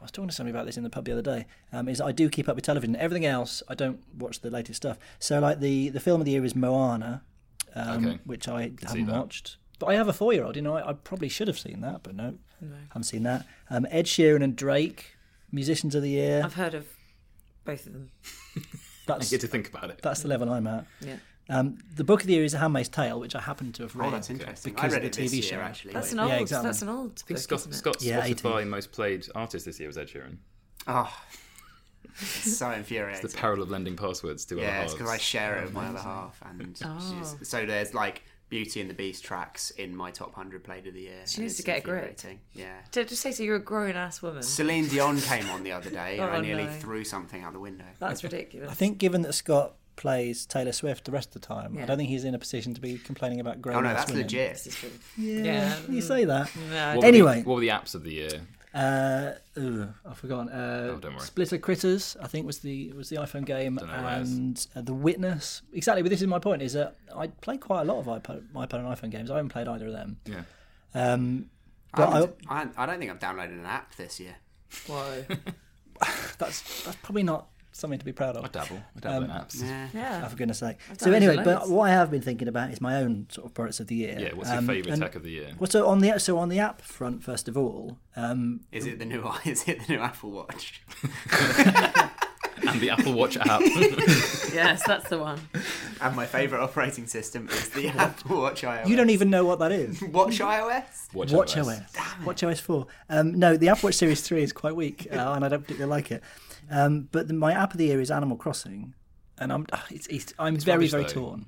Speaker 2: I was talking to somebody about this in the pub the other day. Um, is I do keep up with television. Everything else, I don't watch the latest stuff. So, like the the film of the year is Moana, um,
Speaker 3: Okay.
Speaker 2: which I
Speaker 3: that.
Speaker 2: haven't watched. But I have a four year old. You know, I, I probably should have seen that, but no, haven't seen that. Um, Ed Sheeran and Drake, musicians of the year.
Speaker 4: I've heard of both of them.
Speaker 3: I
Speaker 2: That's
Speaker 3: get to think about it.
Speaker 2: that's the level I'm at.
Speaker 4: Yeah,
Speaker 2: Um, the book of the year is A Handmaid's Tale, which I happen to have read.
Speaker 5: Oh, that's interesting.
Speaker 2: Because
Speaker 5: I read
Speaker 2: of
Speaker 5: it
Speaker 2: the TV
Speaker 5: this year,
Speaker 2: show.
Speaker 5: actually.
Speaker 4: that's an
Speaker 5: Wait.
Speaker 4: old.
Speaker 2: exactly.
Speaker 4: That's an old.
Speaker 3: I think
Speaker 4: book,
Speaker 3: Scott,
Speaker 4: isn't it?
Speaker 3: Scott's
Speaker 2: Yeah,
Speaker 3: Spotify most played artist this year was Ed Sheeran.
Speaker 5: Oh, it's so infuriating.
Speaker 3: The peril of lending passwords to
Speaker 5: yeah,
Speaker 3: other
Speaker 5: it's because I
Speaker 3: halves.
Speaker 5: share it with my other half. And
Speaker 4: Oh.
Speaker 5: she's- so there's like Beauty and the Beast tracks in my top 100 played of the year.
Speaker 4: She
Speaker 5: and
Speaker 4: needs to
Speaker 5: it's
Speaker 4: get a grip.
Speaker 5: infuriating. Yeah.
Speaker 4: Did I just say so? You're a grown ass woman.
Speaker 5: Celine Dion came on the other day, and
Speaker 4: Oh,
Speaker 5: I nearly
Speaker 4: no.
Speaker 5: threw something out the window.
Speaker 4: That's ridiculous.
Speaker 2: I think, given that Scott plays Taylor Swift the rest of the time, I
Speaker 4: Yeah.
Speaker 2: don't think he's in a position to be complaining about grown
Speaker 5: Oh no, that's
Speaker 2: women.
Speaker 4: This
Speaker 5: legit.
Speaker 4: is true.
Speaker 2: Yeah, you say that.
Speaker 4: Mm. No,
Speaker 3: What were the-
Speaker 2: Anyway.
Speaker 3: what were the apps of the year?
Speaker 2: Uh, ugh, I've forgotten. Uh,
Speaker 3: Oh, don't worry.
Speaker 2: Splitter Critters, I think, was the was the iPhone game,
Speaker 3: know where it is.
Speaker 2: and uh, The Witness. Exactly. But this is my point: is that I play quite a lot of iPod, iPod and iPhone games. I haven't played either of them.
Speaker 3: Yeah.
Speaker 2: Um,
Speaker 5: I,
Speaker 2: but I,
Speaker 5: haven't- I, I don't think I've downloaded an app this year.
Speaker 4: whoa.
Speaker 2: that's that's probably not something to be proud of.
Speaker 3: I dabble. I
Speaker 2: Um,
Speaker 3: dabble in apps.
Speaker 5: Yeah.
Speaker 4: Yeah.
Speaker 2: Oh, for goodness sake.
Speaker 4: I've
Speaker 2: So
Speaker 4: done
Speaker 2: anyway,
Speaker 4: loads.
Speaker 2: but what I have been thinking about is my own sort of products of the year.
Speaker 3: Yeah, what's your
Speaker 2: Um,
Speaker 3: favourite
Speaker 2: and-
Speaker 3: tech of the year?
Speaker 2: Well, so on the so on the app front, first of all, um,
Speaker 5: Is it the new? Is it the new Apple Watch?
Speaker 3: And the Apple Watch app.
Speaker 4: yes, that's the one.
Speaker 5: And my favourite operating system is the Apple Watch iOS.
Speaker 2: you don't even know what that is.
Speaker 5: watch iOS?
Speaker 3: Watch,
Speaker 2: Watch OS. Watch OS 4. Um, no, the Apple Watch Series 3 is quite weak, uh, and I don't particularly like it. Um, but the, my app of the year is Animal Crossing. and I'm it's, it's I'm very
Speaker 3: rubbish,
Speaker 2: very
Speaker 3: though.
Speaker 2: torn.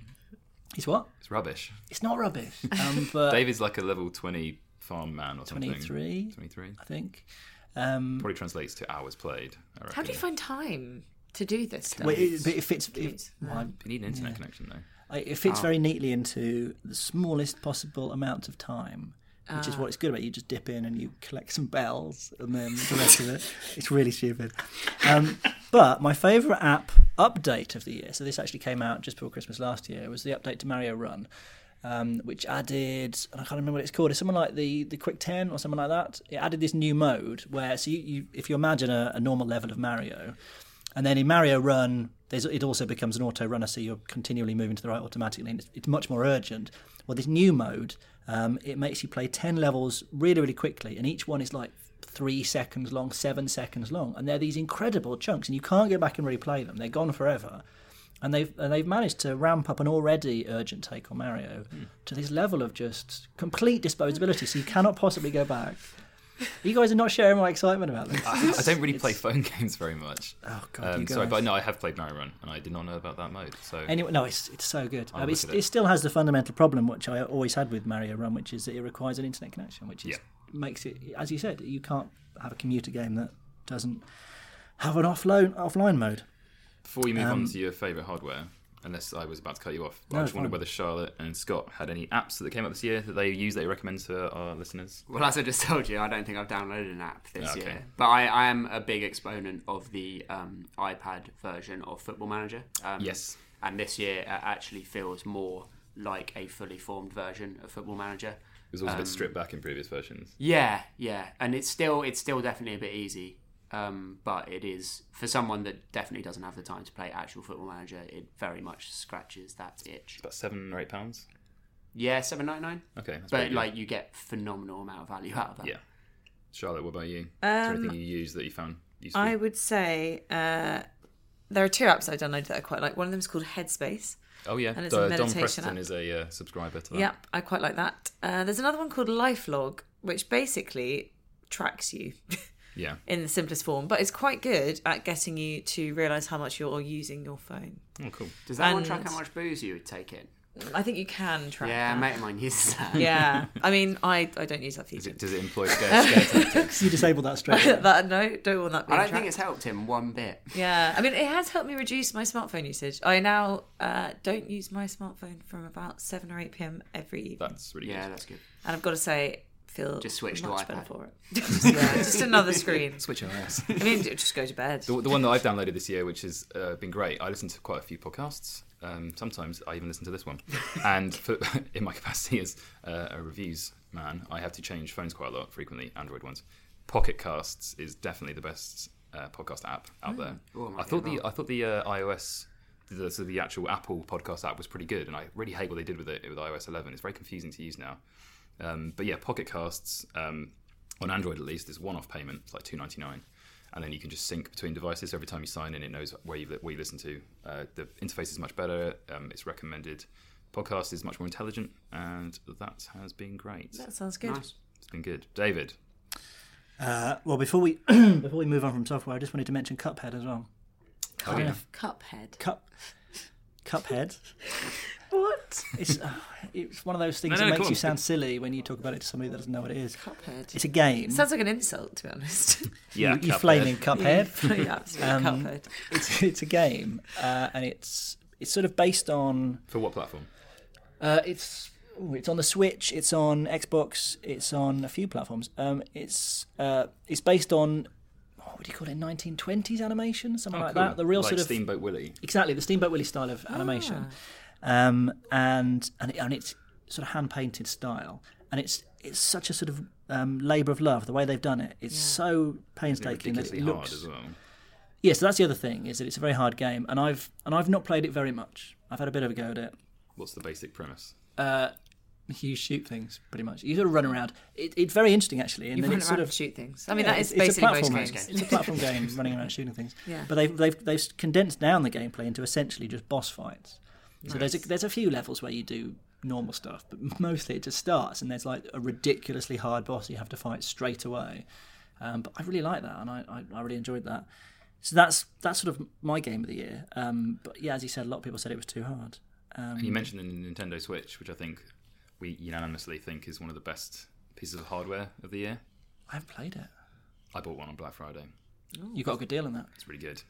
Speaker 2: It's what?
Speaker 3: It's rubbish.
Speaker 2: It's not rubbish. Um, but
Speaker 3: David's like a level 20 farm man or something.
Speaker 2: 23?
Speaker 3: 23.
Speaker 2: I think. Um,
Speaker 3: Probably translates to hours played. I reckon.
Speaker 4: How do you find time to do this stuff?
Speaker 2: Well, it, but it fits. It,
Speaker 4: Computers.
Speaker 2: well, I'm-
Speaker 3: You need an internet connection though.
Speaker 2: I- it fits very neatly into the smallest possible amount of time, which is what it's good about. You just dip in and you collect some bells, and then the rest of it. It's really stupid. Um, but my favourite app update of the year, so this actually came out just before Christmas last year, was the update to Mario Run. Um, which added, and I can't remember what it's called. It's someone like the the Quick Ten or something like that. It added this new mode where, so you, you if you imagine a, a normal level of Mario, and then in Mario Run, there's, it also becomes an auto runner, so you're continually moving to the right automatically, and it's, it's much more urgent. Well, this new mode, um, it makes you play 10 levels really, really quickly, and each one is like three seconds long, seven seconds long, and they're these incredible chunks, and you can't go back and replay them. They're gone forever. And they've, and they've managed to ramp up an already urgent take on Mario
Speaker 3: Hmm.
Speaker 2: to this level of just complete disposability, so you cannot possibly go back. You guys are not sharing my excitement about this.
Speaker 3: I don't really play phone games very much. Oh
Speaker 2: God, you
Speaker 3: Sorry,
Speaker 2: guys.
Speaker 3: but no, I have played Mario Run, and I did not know about that mode. So
Speaker 2: Anyway, no, it's it's so good. Uh,
Speaker 3: look
Speaker 2: it's,
Speaker 3: at
Speaker 2: it.
Speaker 3: it.
Speaker 2: still has the fundamental problem which I always had with Mario Run, which is that it requires an internet connection, which is,
Speaker 3: Yeah.
Speaker 2: makes it, as you said, you can't have a commuter game that doesn't have an offline offline mode.
Speaker 3: before you move on to your favorite hardware, unless I was about to cut you off, I just wondered whether Charlotte and Scott had any apps that came out this year that they use that they recommend to our listeners.
Speaker 5: Well, as I just told you, I don't think I've downloaded an app this
Speaker 3: Okay.
Speaker 5: year. But I, I am a big exponent of the um, iPad version of Football Manager. Um,
Speaker 3: Yes.
Speaker 5: And this year it actually feels more like a fully formed version of Football Manager. Um,
Speaker 3: It was also a bit stripped back in previous versions.
Speaker 5: Yeah, yeah, and it's still it's still definitely a bit easy, um, but it is for someone that definitely doesn't have the time to play actual Football Manager. It very much scratches that itch.
Speaker 3: About seven or eight pounds.
Speaker 5: Yeah, seven ninety nine.
Speaker 3: Okay, that's pretty
Speaker 5: but
Speaker 3: good.
Speaker 5: like you get phenomenal amount of value out of that.
Speaker 3: Yeah. Charlotte, what about you? Is there anything you use that you found useful?
Speaker 4: Um, I would say uh, there are two apps I downloaded that I quite like. One of them is called Headspace.
Speaker 3: oh yeah,
Speaker 4: and it's a
Speaker 3: uh, Don
Speaker 4: meditation
Speaker 3: Preston
Speaker 4: app.
Speaker 3: is a uh, subscriber to that.
Speaker 4: Yep, I quite like that. Uh, there's another one called Lifelog, which basically tracks you
Speaker 3: Yeah.
Speaker 4: in the simplest form, but it's quite good at getting you to realise how much you're using your phone.
Speaker 3: Oh, cool.
Speaker 5: Does that one
Speaker 4: And-
Speaker 5: track how much booze you would take in?
Speaker 4: I think you can track.
Speaker 5: Yeah, a
Speaker 4: that.
Speaker 5: mate of mine uses that.
Speaker 4: Yeah, I mean, I, I don't use that
Speaker 3: Does
Speaker 4: feature.
Speaker 3: it, does it employ scare, scare tactics?
Speaker 2: You disable that straight. away.
Speaker 4: that no, don't want that.
Speaker 5: I
Speaker 4: Being
Speaker 5: don't think
Speaker 4: tracked.
Speaker 5: it's helped him one bit.
Speaker 4: Yeah, I mean, it has helped me reduce my smartphone usage. I now uh, don't use my smartphone from about seven or eight pm every evening,
Speaker 3: That's really
Speaker 5: Yeah,
Speaker 3: good.
Speaker 5: that's good.
Speaker 4: and I've got to say, feel
Speaker 5: Just switch to
Speaker 4: much
Speaker 5: iPad.
Speaker 4: better for it. yeah, just another screen.
Speaker 3: Switch OS.
Speaker 4: I mean, just go to bed.
Speaker 3: The, the one that I've downloaded this year, which has uh, been great, I listen to quite a few podcasts. Um, sometimes I even listen to this one. And for, in my capacity as uh, a reviews man, I have to change phones quite a lot frequently, Android ones. Pocket Casts is definitely the best uh, podcast app out there. I thought the
Speaker 2: Oh.
Speaker 3: I thought the uh, iOS, the, so the actual Apple podcast app was pretty good, and I really hate what they did with it with iOS 11. It's very confusing to use now. Um, but yeah, Pocket Casts um, on Android at least is one-off payment. It's like two ninety nine, and then you can just sync between devices. So every time you sign in, it knows where you, where you listen to. Uh, the interface is much better. Um, it's recommended. Podcast is much more intelligent, and that has been great.
Speaker 4: that sounds good.
Speaker 3: It's been good. David,
Speaker 2: Uh, well, before we before we move on from software, I just wanted to mention Cuphead as well.
Speaker 4: Cup,
Speaker 3: yeah.
Speaker 4: Cuphead.
Speaker 2: Cup. Cuphead.
Speaker 4: What?
Speaker 2: It's uh, it's one of those things
Speaker 3: No, no,
Speaker 2: that
Speaker 3: no,
Speaker 2: makes
Speaker 3: come
Speaker 2: you
Speaker 3: on.
Speaker 2: sound silly when you talk about it to somebody that doesn't know what it is.
Speaker 4: Cuphead.
Speaker 2: It's a game.
Speaker 4: sounds like an insult, to be honest.
Speaker 3: yeah,
Speaker 2: you
Speaker 3: Cuphead.
Speaker 2: flaming Cuphead.
Speaker 4: yeah, absolutely.
Speaker 2: Um,
Speaker 4: Cuphead.
Speaker 2: it's, it's a game, uh, and it's it's sort of based on
Speaker 3: for what platform?
Speaker 2: uh, it's ooh, it's on the Switch, it's on Xbox, it's on a few platforms. Um, it's uh, it's based on oh, what do you call it? 1920s animation, something like
Speaker 3: Oh, Cool.
Speaker 2: that. The real
Speaker 3: like
Speaker 2: sort of
Speaker 3: Steamboat Willie.
Speaker 2: exactly the Steamboat Willie style of animation, um, and and it, and it's sort of hand painted style, and it's it's such a sort of um, labour of love the way they've done it. It's so painstaking that
Speaker 3: Ridiculously
Speaker 2: it
Speaker 3: hard
Speaker 2: looks
Speaker 3: as well.
Speaker 2: yeah, so that's the other thing is that it's a very hard game, and I've and I've not played it very much. I've had a bit of a go at it.
Speaker 3: What's the basic premise?
Speaker 2: You shoot things pretty much. You sort of run around. It, it's very interesting actually, and
Speaker 4: You
Speaker 2: then
Speaker 4: run around
Speaker 2: it's sort
Speaker 4: and
Speaker 2: of
Speaker 4: shoot things. I mean,
Speaker 2: yeah,
Speaker 4: that is
Speaker 2: it's- it's a
Speaker 4: basically most
Speaker 2: platform
Speaker 4: games.
Speaker 2: It's a platform game running around shooting things.
Speaker 4: Yeah.
Speaker 2: But they've they've they've condensed down the gameplay into essentially just boss fights. So there's a, there's a few levels where you do normal stuff, but mostly it just starts and there's like a ridiculously hard boss you have to fight straight away. Um, but I really like that, and I, I, I really enjoyed that. So that's that's sort of my game of the year. Um, but yeah, as you said, a lot of people said it was too hard. Um,
Speaker 3: You mentioned the Nintendo Switch, which I think we unanimously think is one of the best pieces of hardware of the year.
Speaker 2: I haven't played it.
Speaker 3: I bought one on Black Friday.
Speaker 2: You got a good deal on that.
Speaker 3: It's really good.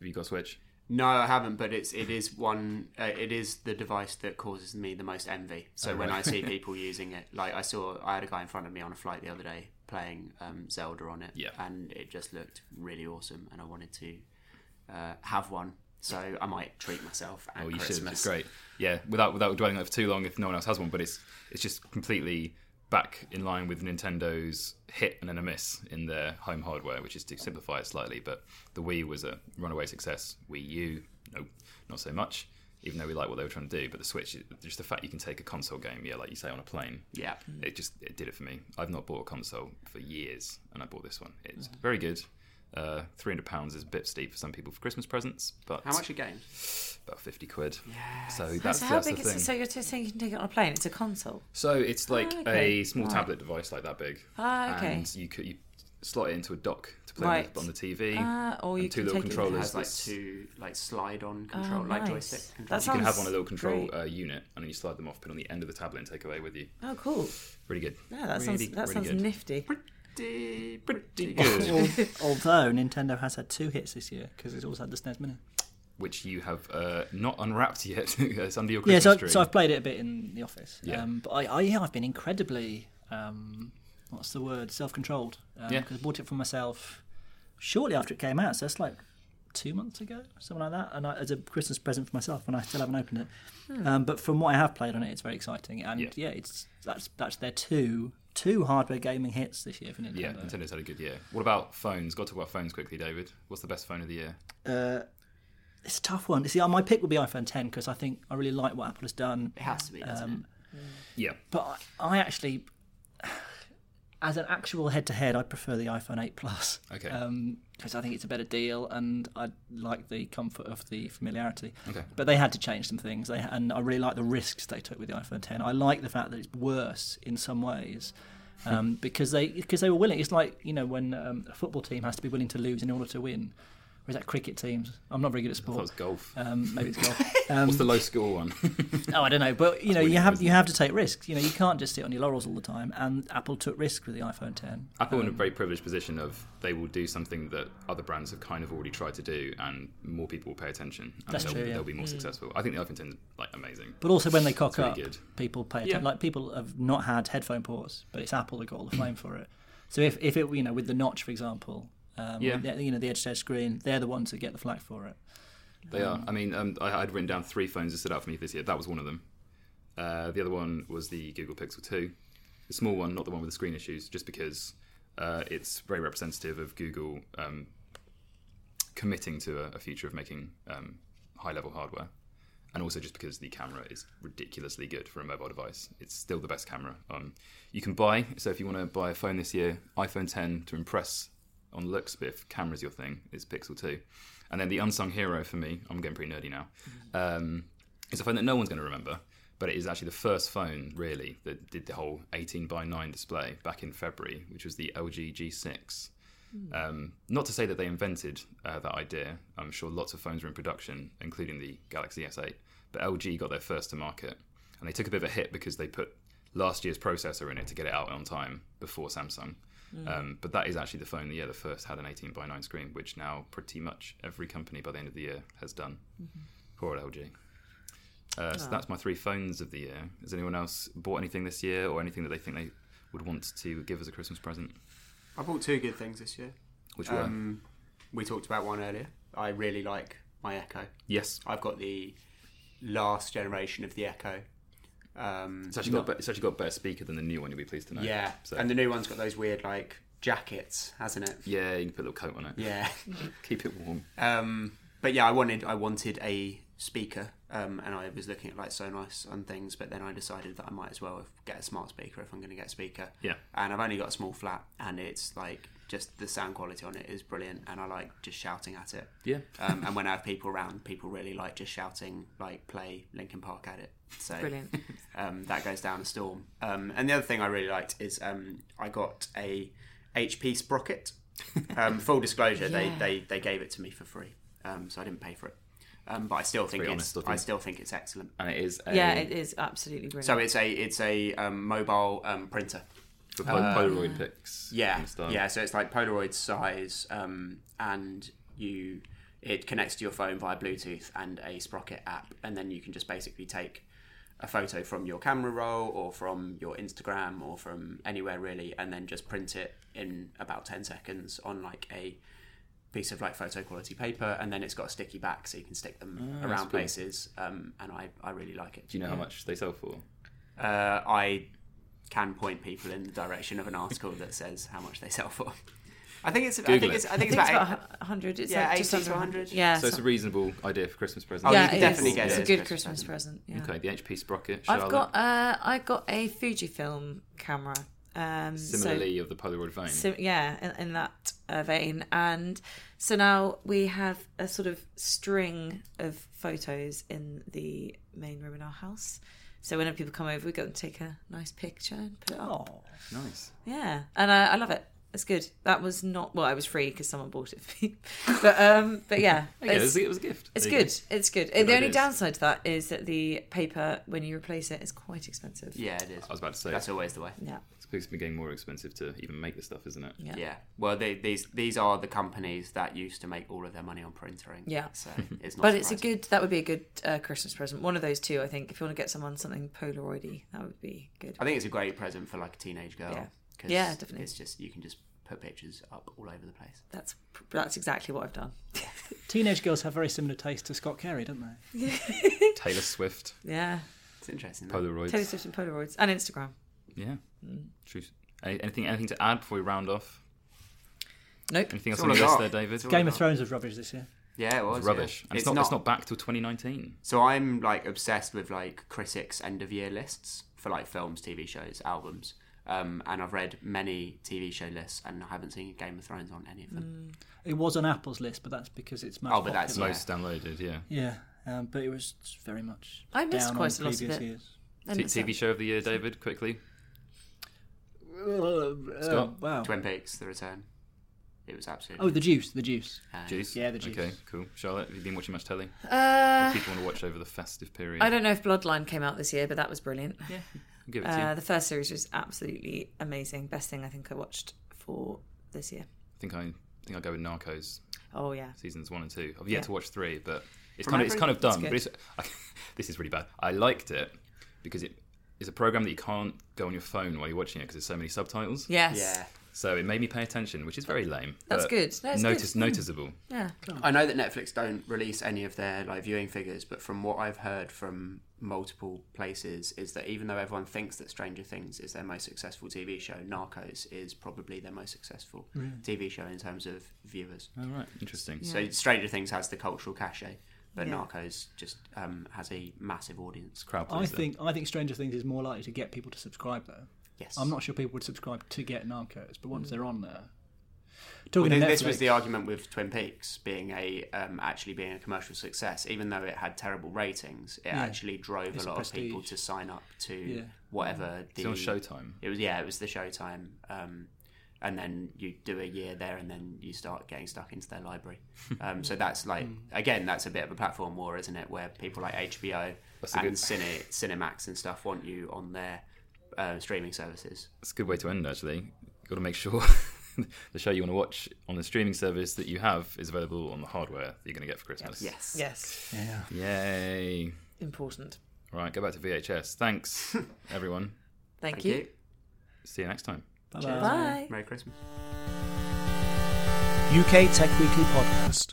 Speaker 3: Have you got a Switch?
Speaker 5: No, I haven't. But it's it is one. Uh, it is the device that causes me the most envy. So
Speaker 3: Oh,
Speaker 5: when I see people using it, like I saw, I had a guy in front of me on a flight the other day playing um, Zelda on it,
Speaker 3: Yeah.
Speaker 5: and it just looked really awesome, and I wanted to uh, have one. So I might treat myself at
Speaker 3: Oh, you should.
Speaker 5: Christmas.
Speaker 3: It's great. Yeah, without without dwelling on it for too long, if no one else has one, but it's it's just completely back in line with Nintendo's hit and then a miss in their home hardware, which is to simplify it slightly. But the Wii was a runaway success. Wii U, no, not so much. Even though we like what they were trying to do, but the Switch, just the fact you can take a console game, yeah, like you say on a plane,
Speaker 5: Yeah.
Speaker 3: it just it did it for me. I've not bought a console for years, and I bought this one. It's very good. Uh, Three hundred pounds is a bit steep for some people for Christmas presents, but
Speaker 5: How much a game?
Speaker 3: about 50 quid. So that's,
Speaker 4: So how
Speaker 3: that's the
Speaker 4: big is
Speaker 3: thing.
Speaker 4: it?
Speaker 3: So,
Speaker 4: So you're just saying you can take it on a plane? It's a console.
Speaker 3: it's like
Speaker 4: Ah, okay.
Speaker 3: a small
Speaker 4: Right.
Speaker 3: tablet device like that big.
Speaker 4: Ah, okay.
Speaker 3: And you could you slot it into a dock to play
Speaker 4: Right.
Speaker 3: with on the TV.
Speaker 4: Ah, or
Speaker 3: and
Speaker 4: you
Speaker 3: two little
Speaker 4: can take it with
Speaker 5: It
Speaker 3: controllers.
Speaker 5: has like
Speaker 3: that's-
Speaker 5: two like slide on control,
Speaker 4: Oh,
Speaker 5: like
Speaker 4: nice.
Speaker 5: joystick
Speaker 4: That
Speaker 5: controls.
Speaker 3: you can have
Speaker 4: sounds
Speaker 3: one a little control
Speaker 4: great.
Speaker 3: uh, unit, and then you slide them off, put it on the end of the tablet, and take away with you.
Speaker 4: Oh, cool.
Speaker 3: Pretty good.
Speaker 4: Yeah, that sounds
Speaker 3: Really,
Speaker 4: that
Speaker 3: really
Speaker 4: sounds
Speaker 3: good.
Speaker 4: nifty.
Speaker 5: Pretty, pretty
Speaker 3: Good.
Speaker 2: Although Nintendo has had two hits this year because it's also had the SNES Mini.
Speaker 3: Which you have uh, not unwrapped yet. it's under your
Speaker 2: Yeah,
Speaker 3: Christmas
Speaker 2: so,
Speaker 3: tree.
Speaker 2: so I've played it a bit in the office.
Speaker 3: Yeah.
Speaker 2: Um, but I, I yeah, I've been incredibly um, what's the word self controlled. Um,
Speaker 3: Yeah.
Speaker 2: 'cause I bought it for myself shortly after it came out. So that's like two months ago, something like that. And I, as a Christmas present for myself, and I still haven't opened it. Um, but from what I have played on it, it's very exciting. And
Speaker 3: Yeah.
Speaker 2: yeah, it's that's that's their two two hardware gaming hits this year for Nintendo.
Speaker 3: yeah, Nintendo's had a good year. What about phones? Got to talk about phones quickly, David. What's the best phone of the year?
Speaker 2: It's a tough one. See, uh, my pick would be iPhone 10 because I think I really like what Apple has done.
Speaker 5: It has to be, doesn't
Speaker 3: Yeah.
Speaker 2: but I, I actually, as an actual head to head, I prefer the iPhone 8 Plus.
Speaker 3: Okay.
Speaker 2: Because I think it's a better deal, and I like the comfort of the familiarity.
Speaker 3: Okay.
Speaker 2: But they had to change some things, they, and I really like the risks they took with the iPhone 10. I like the fact that it's worse in some ways,
Speaker 3: Hmm.
Speaker 2: um, because they because they were willing. It's like you know when um, a football team has to be willing to lose in order to win. Or is that cricket teams? I'm not very good at
Speaker 3: I thought it was
Speaker 2: sports.
Speaker 3: golf.
Speaker 2: Um, maybe it's golf.
Speaker 3: What's the low score one?
Speaker 2: Oh, I don't know, but you know, you have you have to take risks. You know, you can't just sit on your laurels all the time. And Apple took risks with the iPhone 10.
Speaker 3: Apple in a very privileged position of they will do something that other brands have kind of already tried to do, and more people will pay attention, and
Speaker 2: That's
Speaker 3: they'll,
Speaker 2: true, yeah. Mm.
Speaker 3: they'll be more successful. I think the iPhone 10 is like amazing.
Speaker 2: But also, when they cock
Speaker 3: really
Speaker 2: up,
Speaker 3: good.
Speaker 2: people pay
Speaker 3: Yeah.
Speaker 2: attention. Like people have not had headphone ports, but it's Apple that got all the flame for it. So if if it you know with the notch, for example, um,
Speaker 3: Yeah.
Speaker 2: the- you know the edge to edge screen, they're the ones that get the flack for it.
Speaker 3: They are. I mean, um, I had written down three phones that stood out for me this year. That was one of them. Uh, the other one was the Google Pixel 2, the small one, not the one with the screen issues, just because uh, it's very representative of Google um, committing to a, a future of making um, high level hardware. And also just because the camera is ridiculously good for a mobile device, it's still the best camera um, you can buy. So if you want to buy a phone this year, iPhone 10 to impress on looks, but if camera's your thing, it's Pixel 2. And then the unsung hero for me, I'm getting pretty nerdy now. Um, it's a phone that no one's going to remember, but it is actually the first phone really that did the whole 18 by 9 display back in February, which was the LG G6. Um, not to say that they invented uh, that idea. I'm sure lots of phones were in production, including the Galaxy S8. But LG got their first to market, and they took a bit of a hit because they put last year's processor in it to get it out on time before Samsung. Um, but that is actually the phone, that, yeah, the first had an 18 by 9 screen, which now pretty much every company by the end of the year has done. Poor old LG. Uh, so that's my three phones of the year. Has anyone else bought anything this year, or anything that they think they would want to give as a Christmas present?
Speaker 5: I bought two good things this year.
Speaker 3: Which were
Speaker 5: Um, we talked about one earlier. I really like my Echo.
Speaker 3: yes,
Speaker 5: I've got the last generation of the Echo. Um,
Speaker 3: It's actually got be- it's actually got a better speaker than the new one. You'll be pleased to know.
Speaker 5: yeah,
Speaker 3: So,
Speaker 5: and the new one's got those weird like jackets, hasn't it?
Speaker 3: yeah, you can put a little coat on it.
Speaker 5: Yeah.
Speaker 3: Keep it warm.
Speaker 5: Um, but yeah, I wanted I wanted a speaker, um, and I was looking at like Sonos and things, but then I decided that I might as well get a smart speaker if I'm going to get a speaker.
Speaker 3: Yeah.
Speaker 5: And I've only got a small flat, and it's like just the sound quality on it is brilliant, and I like just shouting at it.
Speaker 3: Yeah.
Speaker 5: Um, and when I have people around, people really like just shouting like play Linkin Park at it. So
Speaker 4: Brilliant.
Speaker 5: um, that goes down a storm. Um, and the other thing I really liked is um, I got a HP sprocket, Um, full disclosure,
Speaker 4: Yeah.
Speaker 5: they, they they gave it to me for free, um, so I didn't pay for it. Um, but I still think
Speaker 3: very
Speaker 5: it's
Speaker 3: honest of
Speaker 5: I
Speaker 3: you.
Speaker 5: still think it's excellent.
Speaker 3: and it is a,
Speaker 4: Yeah, it is absolutely brilliant.
Speaker 5: So it's a it's a um, mobile um, printer.
Speaker 3: for Pol- Polaroid pics.
Speaker 5: Uh, Yeah,
Speaker 3: kind of style.
Speaker 5: yeah. So it's like Polaroid size, um, and you it connects to your phone via Bluetooth and a Sprocket app, and then you can just basically take a photo from your camera roll or from your Instagram or from anywhere really, and then just print it in about ten seconds on like a piece of like photo quality paper, and then it's got a sticky back, so you can stick them around
Speaker 3: Ah, cool.
Speaker 5: places. Um, and I I really like it.
Speaker 3: Do you know how much they sell for?
Speaker 5: Uh, I can point people in the direction of an article that says how much they sell for. I think it's. I
Speaker 3: Google
Speaker 5: think
Speaker 3: it.
Speaker 5: it's. I
Speaker 4: I
Speaker 5: think it's
Speaker 4: think it's
Speaker 5: about.
Speaker 4: about a 100. It's
Speaker 5: yeah,
Speaker 4: like just
Speaker 5: 80 to
Speaker 4: under
Speaker 5: 100.
Speaker 4: Yeah.
Speaker 3: So it's a
Speaker 4: so-
Speaker 3: reasonable idea for Christmas present.
Speaker 5: Oh, you
Speaker 4: yeah,
Speaker 5: can
Speaker 4: it
Speaker 5: definitely
Speaker 4: is.
Speaker 5: get it
Speaker 4: It's
Speaker 5: as
Speaker 4: a
Speaker 5: a
Speaker 4: good Christmas
Speaker 5: Christmas
Speaker 4: present. yeah.
Speaker 3: Okay, the HP sprocket.
Speaker 4: I've
Speaker 3: Charlotte,
Speaker 4: got uh, I got a Fujifilm camera. Um, so-
Speaker 3: similarly of the Polaroid vein.
Speaker 4: so, yeah, in, in that uh, vein, and so now we have a sort of string of photos in the main room in our house. So whenever people come over, we go and take a nice picture and put it up.
Speaker 2: Oh,
Speaker 3: nice.
Speaker 4: Yeah, and I, I love it. It's good. That was not well. I was free because someone bought it for me, but um, but yeah,
Speaker 3: Yeah, it
Speaker 4: it's-
Speaker 3: was, a- it was a gift.
Speaker 4: it's
Speaker 3: There you go.
Speaker 4: good. It's good. the only
Speaker 3: ideas.
Speaker 4: downside to that is that the paper, when you replace it, is quite expensive.
Speaker 5: Yeah, it is.
Speaker 3: I was about to say
Speaker 5: That's always the way.
Speaker 4: Yeah.
Speaker 3: it's been getting more expensive to even make this stuff, isn't it?
Speaker 4: Yeah.
Speaker 5: Yeah. Well, they, these these are the companies that used to make all of their money on printering.
Speaker 4: Yeah.
Speaker 5: So it's not.
Speaker 4: But it's a
Speaker 5: surprising.
Speaker 4: good. That would be a good uh, Christmas present. One of those two, I think. If you want to get someone something Polaroidy, that would be good.
Speaker 5: I think it's a great present for like a teenage girl.
Speaker 4: Yeah.
Speaker 5: 'cause
Speaker 4: Yeah, definitely.
Speaker 5: It's just you can just put pictures up all over the place.
Speaker 4: That's that's exactly what I've done.
Speaker 2: teenage girls have very similar taste to Scott Carey, don't they?
Speaker 3: Taylor Swift,
Speaker 4: Yeah.
Speaker 5: It's interesting. though.
Speaker 3: Polaroids.
Speaker 4: Taylor Swift and Polaroids and Instagram.
Speaker 3: Yeah. True. Any- Anything anything to add before we round off?
Speaker 4: Nope.
Speaker 3: Anything else
Speaker 5: It's
Speaker 3: on
Speaker 5: all
Speaker 3: the
Speaker 5: I
Speaker 3: list
Speaker 5: got.
Speaker 3: there, David?
Speaker 2: Game of Thrones was rubbish this year.
Speaker 5: Yeah, it was
Speaker 3: It's
Speaker 5: yeah.
Speaker 3: rubbish. And it's, not, it's not back till 2019.
Speaker 5: So I'm like obsessed with like critics' end of year lists for like films, TV shows, albums. Um, and I've read many TV show lists, and I haven't seen Game of Thrones on any of them.
Speaker 2: It was on Apple's list, but that's because it's most
Speaker 5: Oh, but
Speaker 3: It's
Speaker 5: that's
Speaker 2: popular.
Speaker 3: most downloaded, yeah.
Speaker 2: yeah. Um, but it was very much.
Speaker 4: I missed
Speaker 2: down
Speaker 4: quite
Speaker 2: on
Speaker 4: a lot of
Speaker 2: previous
Speaker 4: it.
Speaker 2: years.
Speaker 4: And
Speaker 3: T-
Speaker 4: it's-
Speaker 3: TV show of the year, David, quickly.
Speaker 2: Uh,
Speaker 3: Scott?
Speaker 2: wow.
Speaker 5: Twin Peaks: The Return. It was absolutely.
Speaker 2: Oh, the juice, the juice.
Speaker 5: uh,
Speaker 3: Juice?
Speaker 2: Yeah, the Juice.
Speaker 3: Okay, cool. Charlotte, have you been watching much telly?
Speaker 4: Uh,
Speaker 3: People want to watch over the festive period.
Speaker 4: I don't know if Bloodline came out this year, but that was brilliant.
Speaker 3: Yeah, I'll give it to you.
Speaker 4: Uh,
Speaker 3: I
Speaker 4: the first series was absolutely amazing. Best thing I think I watched for this year.
Speaker 3: think I, I think I'll go with Narcos.
Speaker 4: Oh yeah.
Speaker 3: seasons one and two. I've yet
Speaker 4: Yeah.
Speaker 3: to watch three, but it's
Speaker 5: From
Speaker 3: kind of it's
Speaker 5: memory,
Speaker 3: kind of done.
Speaker 4: good.
Speaker 3: But it's, I, this is really bad. I liked it because it is a program that you can't go on your phone while you're watching it because there's so many subtitles.
Speaker 4: Yes.
Speaker 5: Yeah,
Speaker 3: So it made me pay attention, which is very lame.
Speaker 4: That's
Speaker 3: but
Speaker 4: good. Mm. No, it's
Speaker 3: notice
Speaker 4: good.
Speaker 3: noticeable.
Speaker 4: Yeah.
Speaker 5: I know that Netflix don't release any of their like viewing figures, but from what I've heard from multiple places, is that even though everyone thinks that Stranger Things is their most successful TV show, Narcos is probably their most successful TV show in terms of viewers.
Speaker 3: All right, interesting.
Speaker 5: So Stranger Things has the cultural cachet, but
Speaker 4: Yeah.
Speaker 5: Narcos just um, has a massive audience.
Speaker 3: Crowd
Speaker 2: I
Speaker 3: pleaser.
Speaker 2: think I think Stranger Things is more likely to get people to subscribe though.
Speaker 5: Yes,
Speaker 2: I'm not sure people would subscribe to get Narcos, but once they're on there,
Speaker 5: Well,
Speaker 2: talking
Speaker 5: thi-
Speaker 2: to
Speaker 5: this was
Speaker 2: Netflix-
Speaker 5: the argument with Twin Peaks being a um, actually being a commercial success, even though it had terrible ratings. It
Speaker 2: Yeah.
Speaker 5: actually drove
Speaker 2: It's
Speaker 5: a lot of
Speaker 2: prestige.
Speaker 5: people to sign up to
Speaker 2: Yeah. Mm.
Speaker 5: whatever the
Speaker 3: It's on Showtime.
Speaker 5: It was yeah, it was the Showtime, um, and then you do a year there, and then you start getting stuck into their library. Um, so that's like
Speaker 2: Mm.
Speaker 5: again, that's a bit of a platform war, isn't it? Where people like HBO
Speaker 3: a
Speaker 5: and
Speaker 3: good-
Speaker 5: Cine, Cinemax and stuff want you on their uh, streaming services.
Speaker 3: It's a good way to end, actually. You've got to make sure the show you want to watch on the streaming service that you have is available on the hardware that you're going to get for Christmas.
Speaker 5: Yes.
Speaker 4: Yes.
Speaker 3: Yay.
Speaker 4: Important.
Speaker 3: All right, go back to VHS. Thanks, everyone.
Speaker 4: Thank,
Speaker 5: Thank
Speaker 4: you.
Speaker 5: you.
Speaker 3: See you next time.
Speaker 2: Bye-bye.
Speaker 4: Bye.
Speaker 5: Merry Christmas.
Speaker 6: UK Tech Weekly Podcast.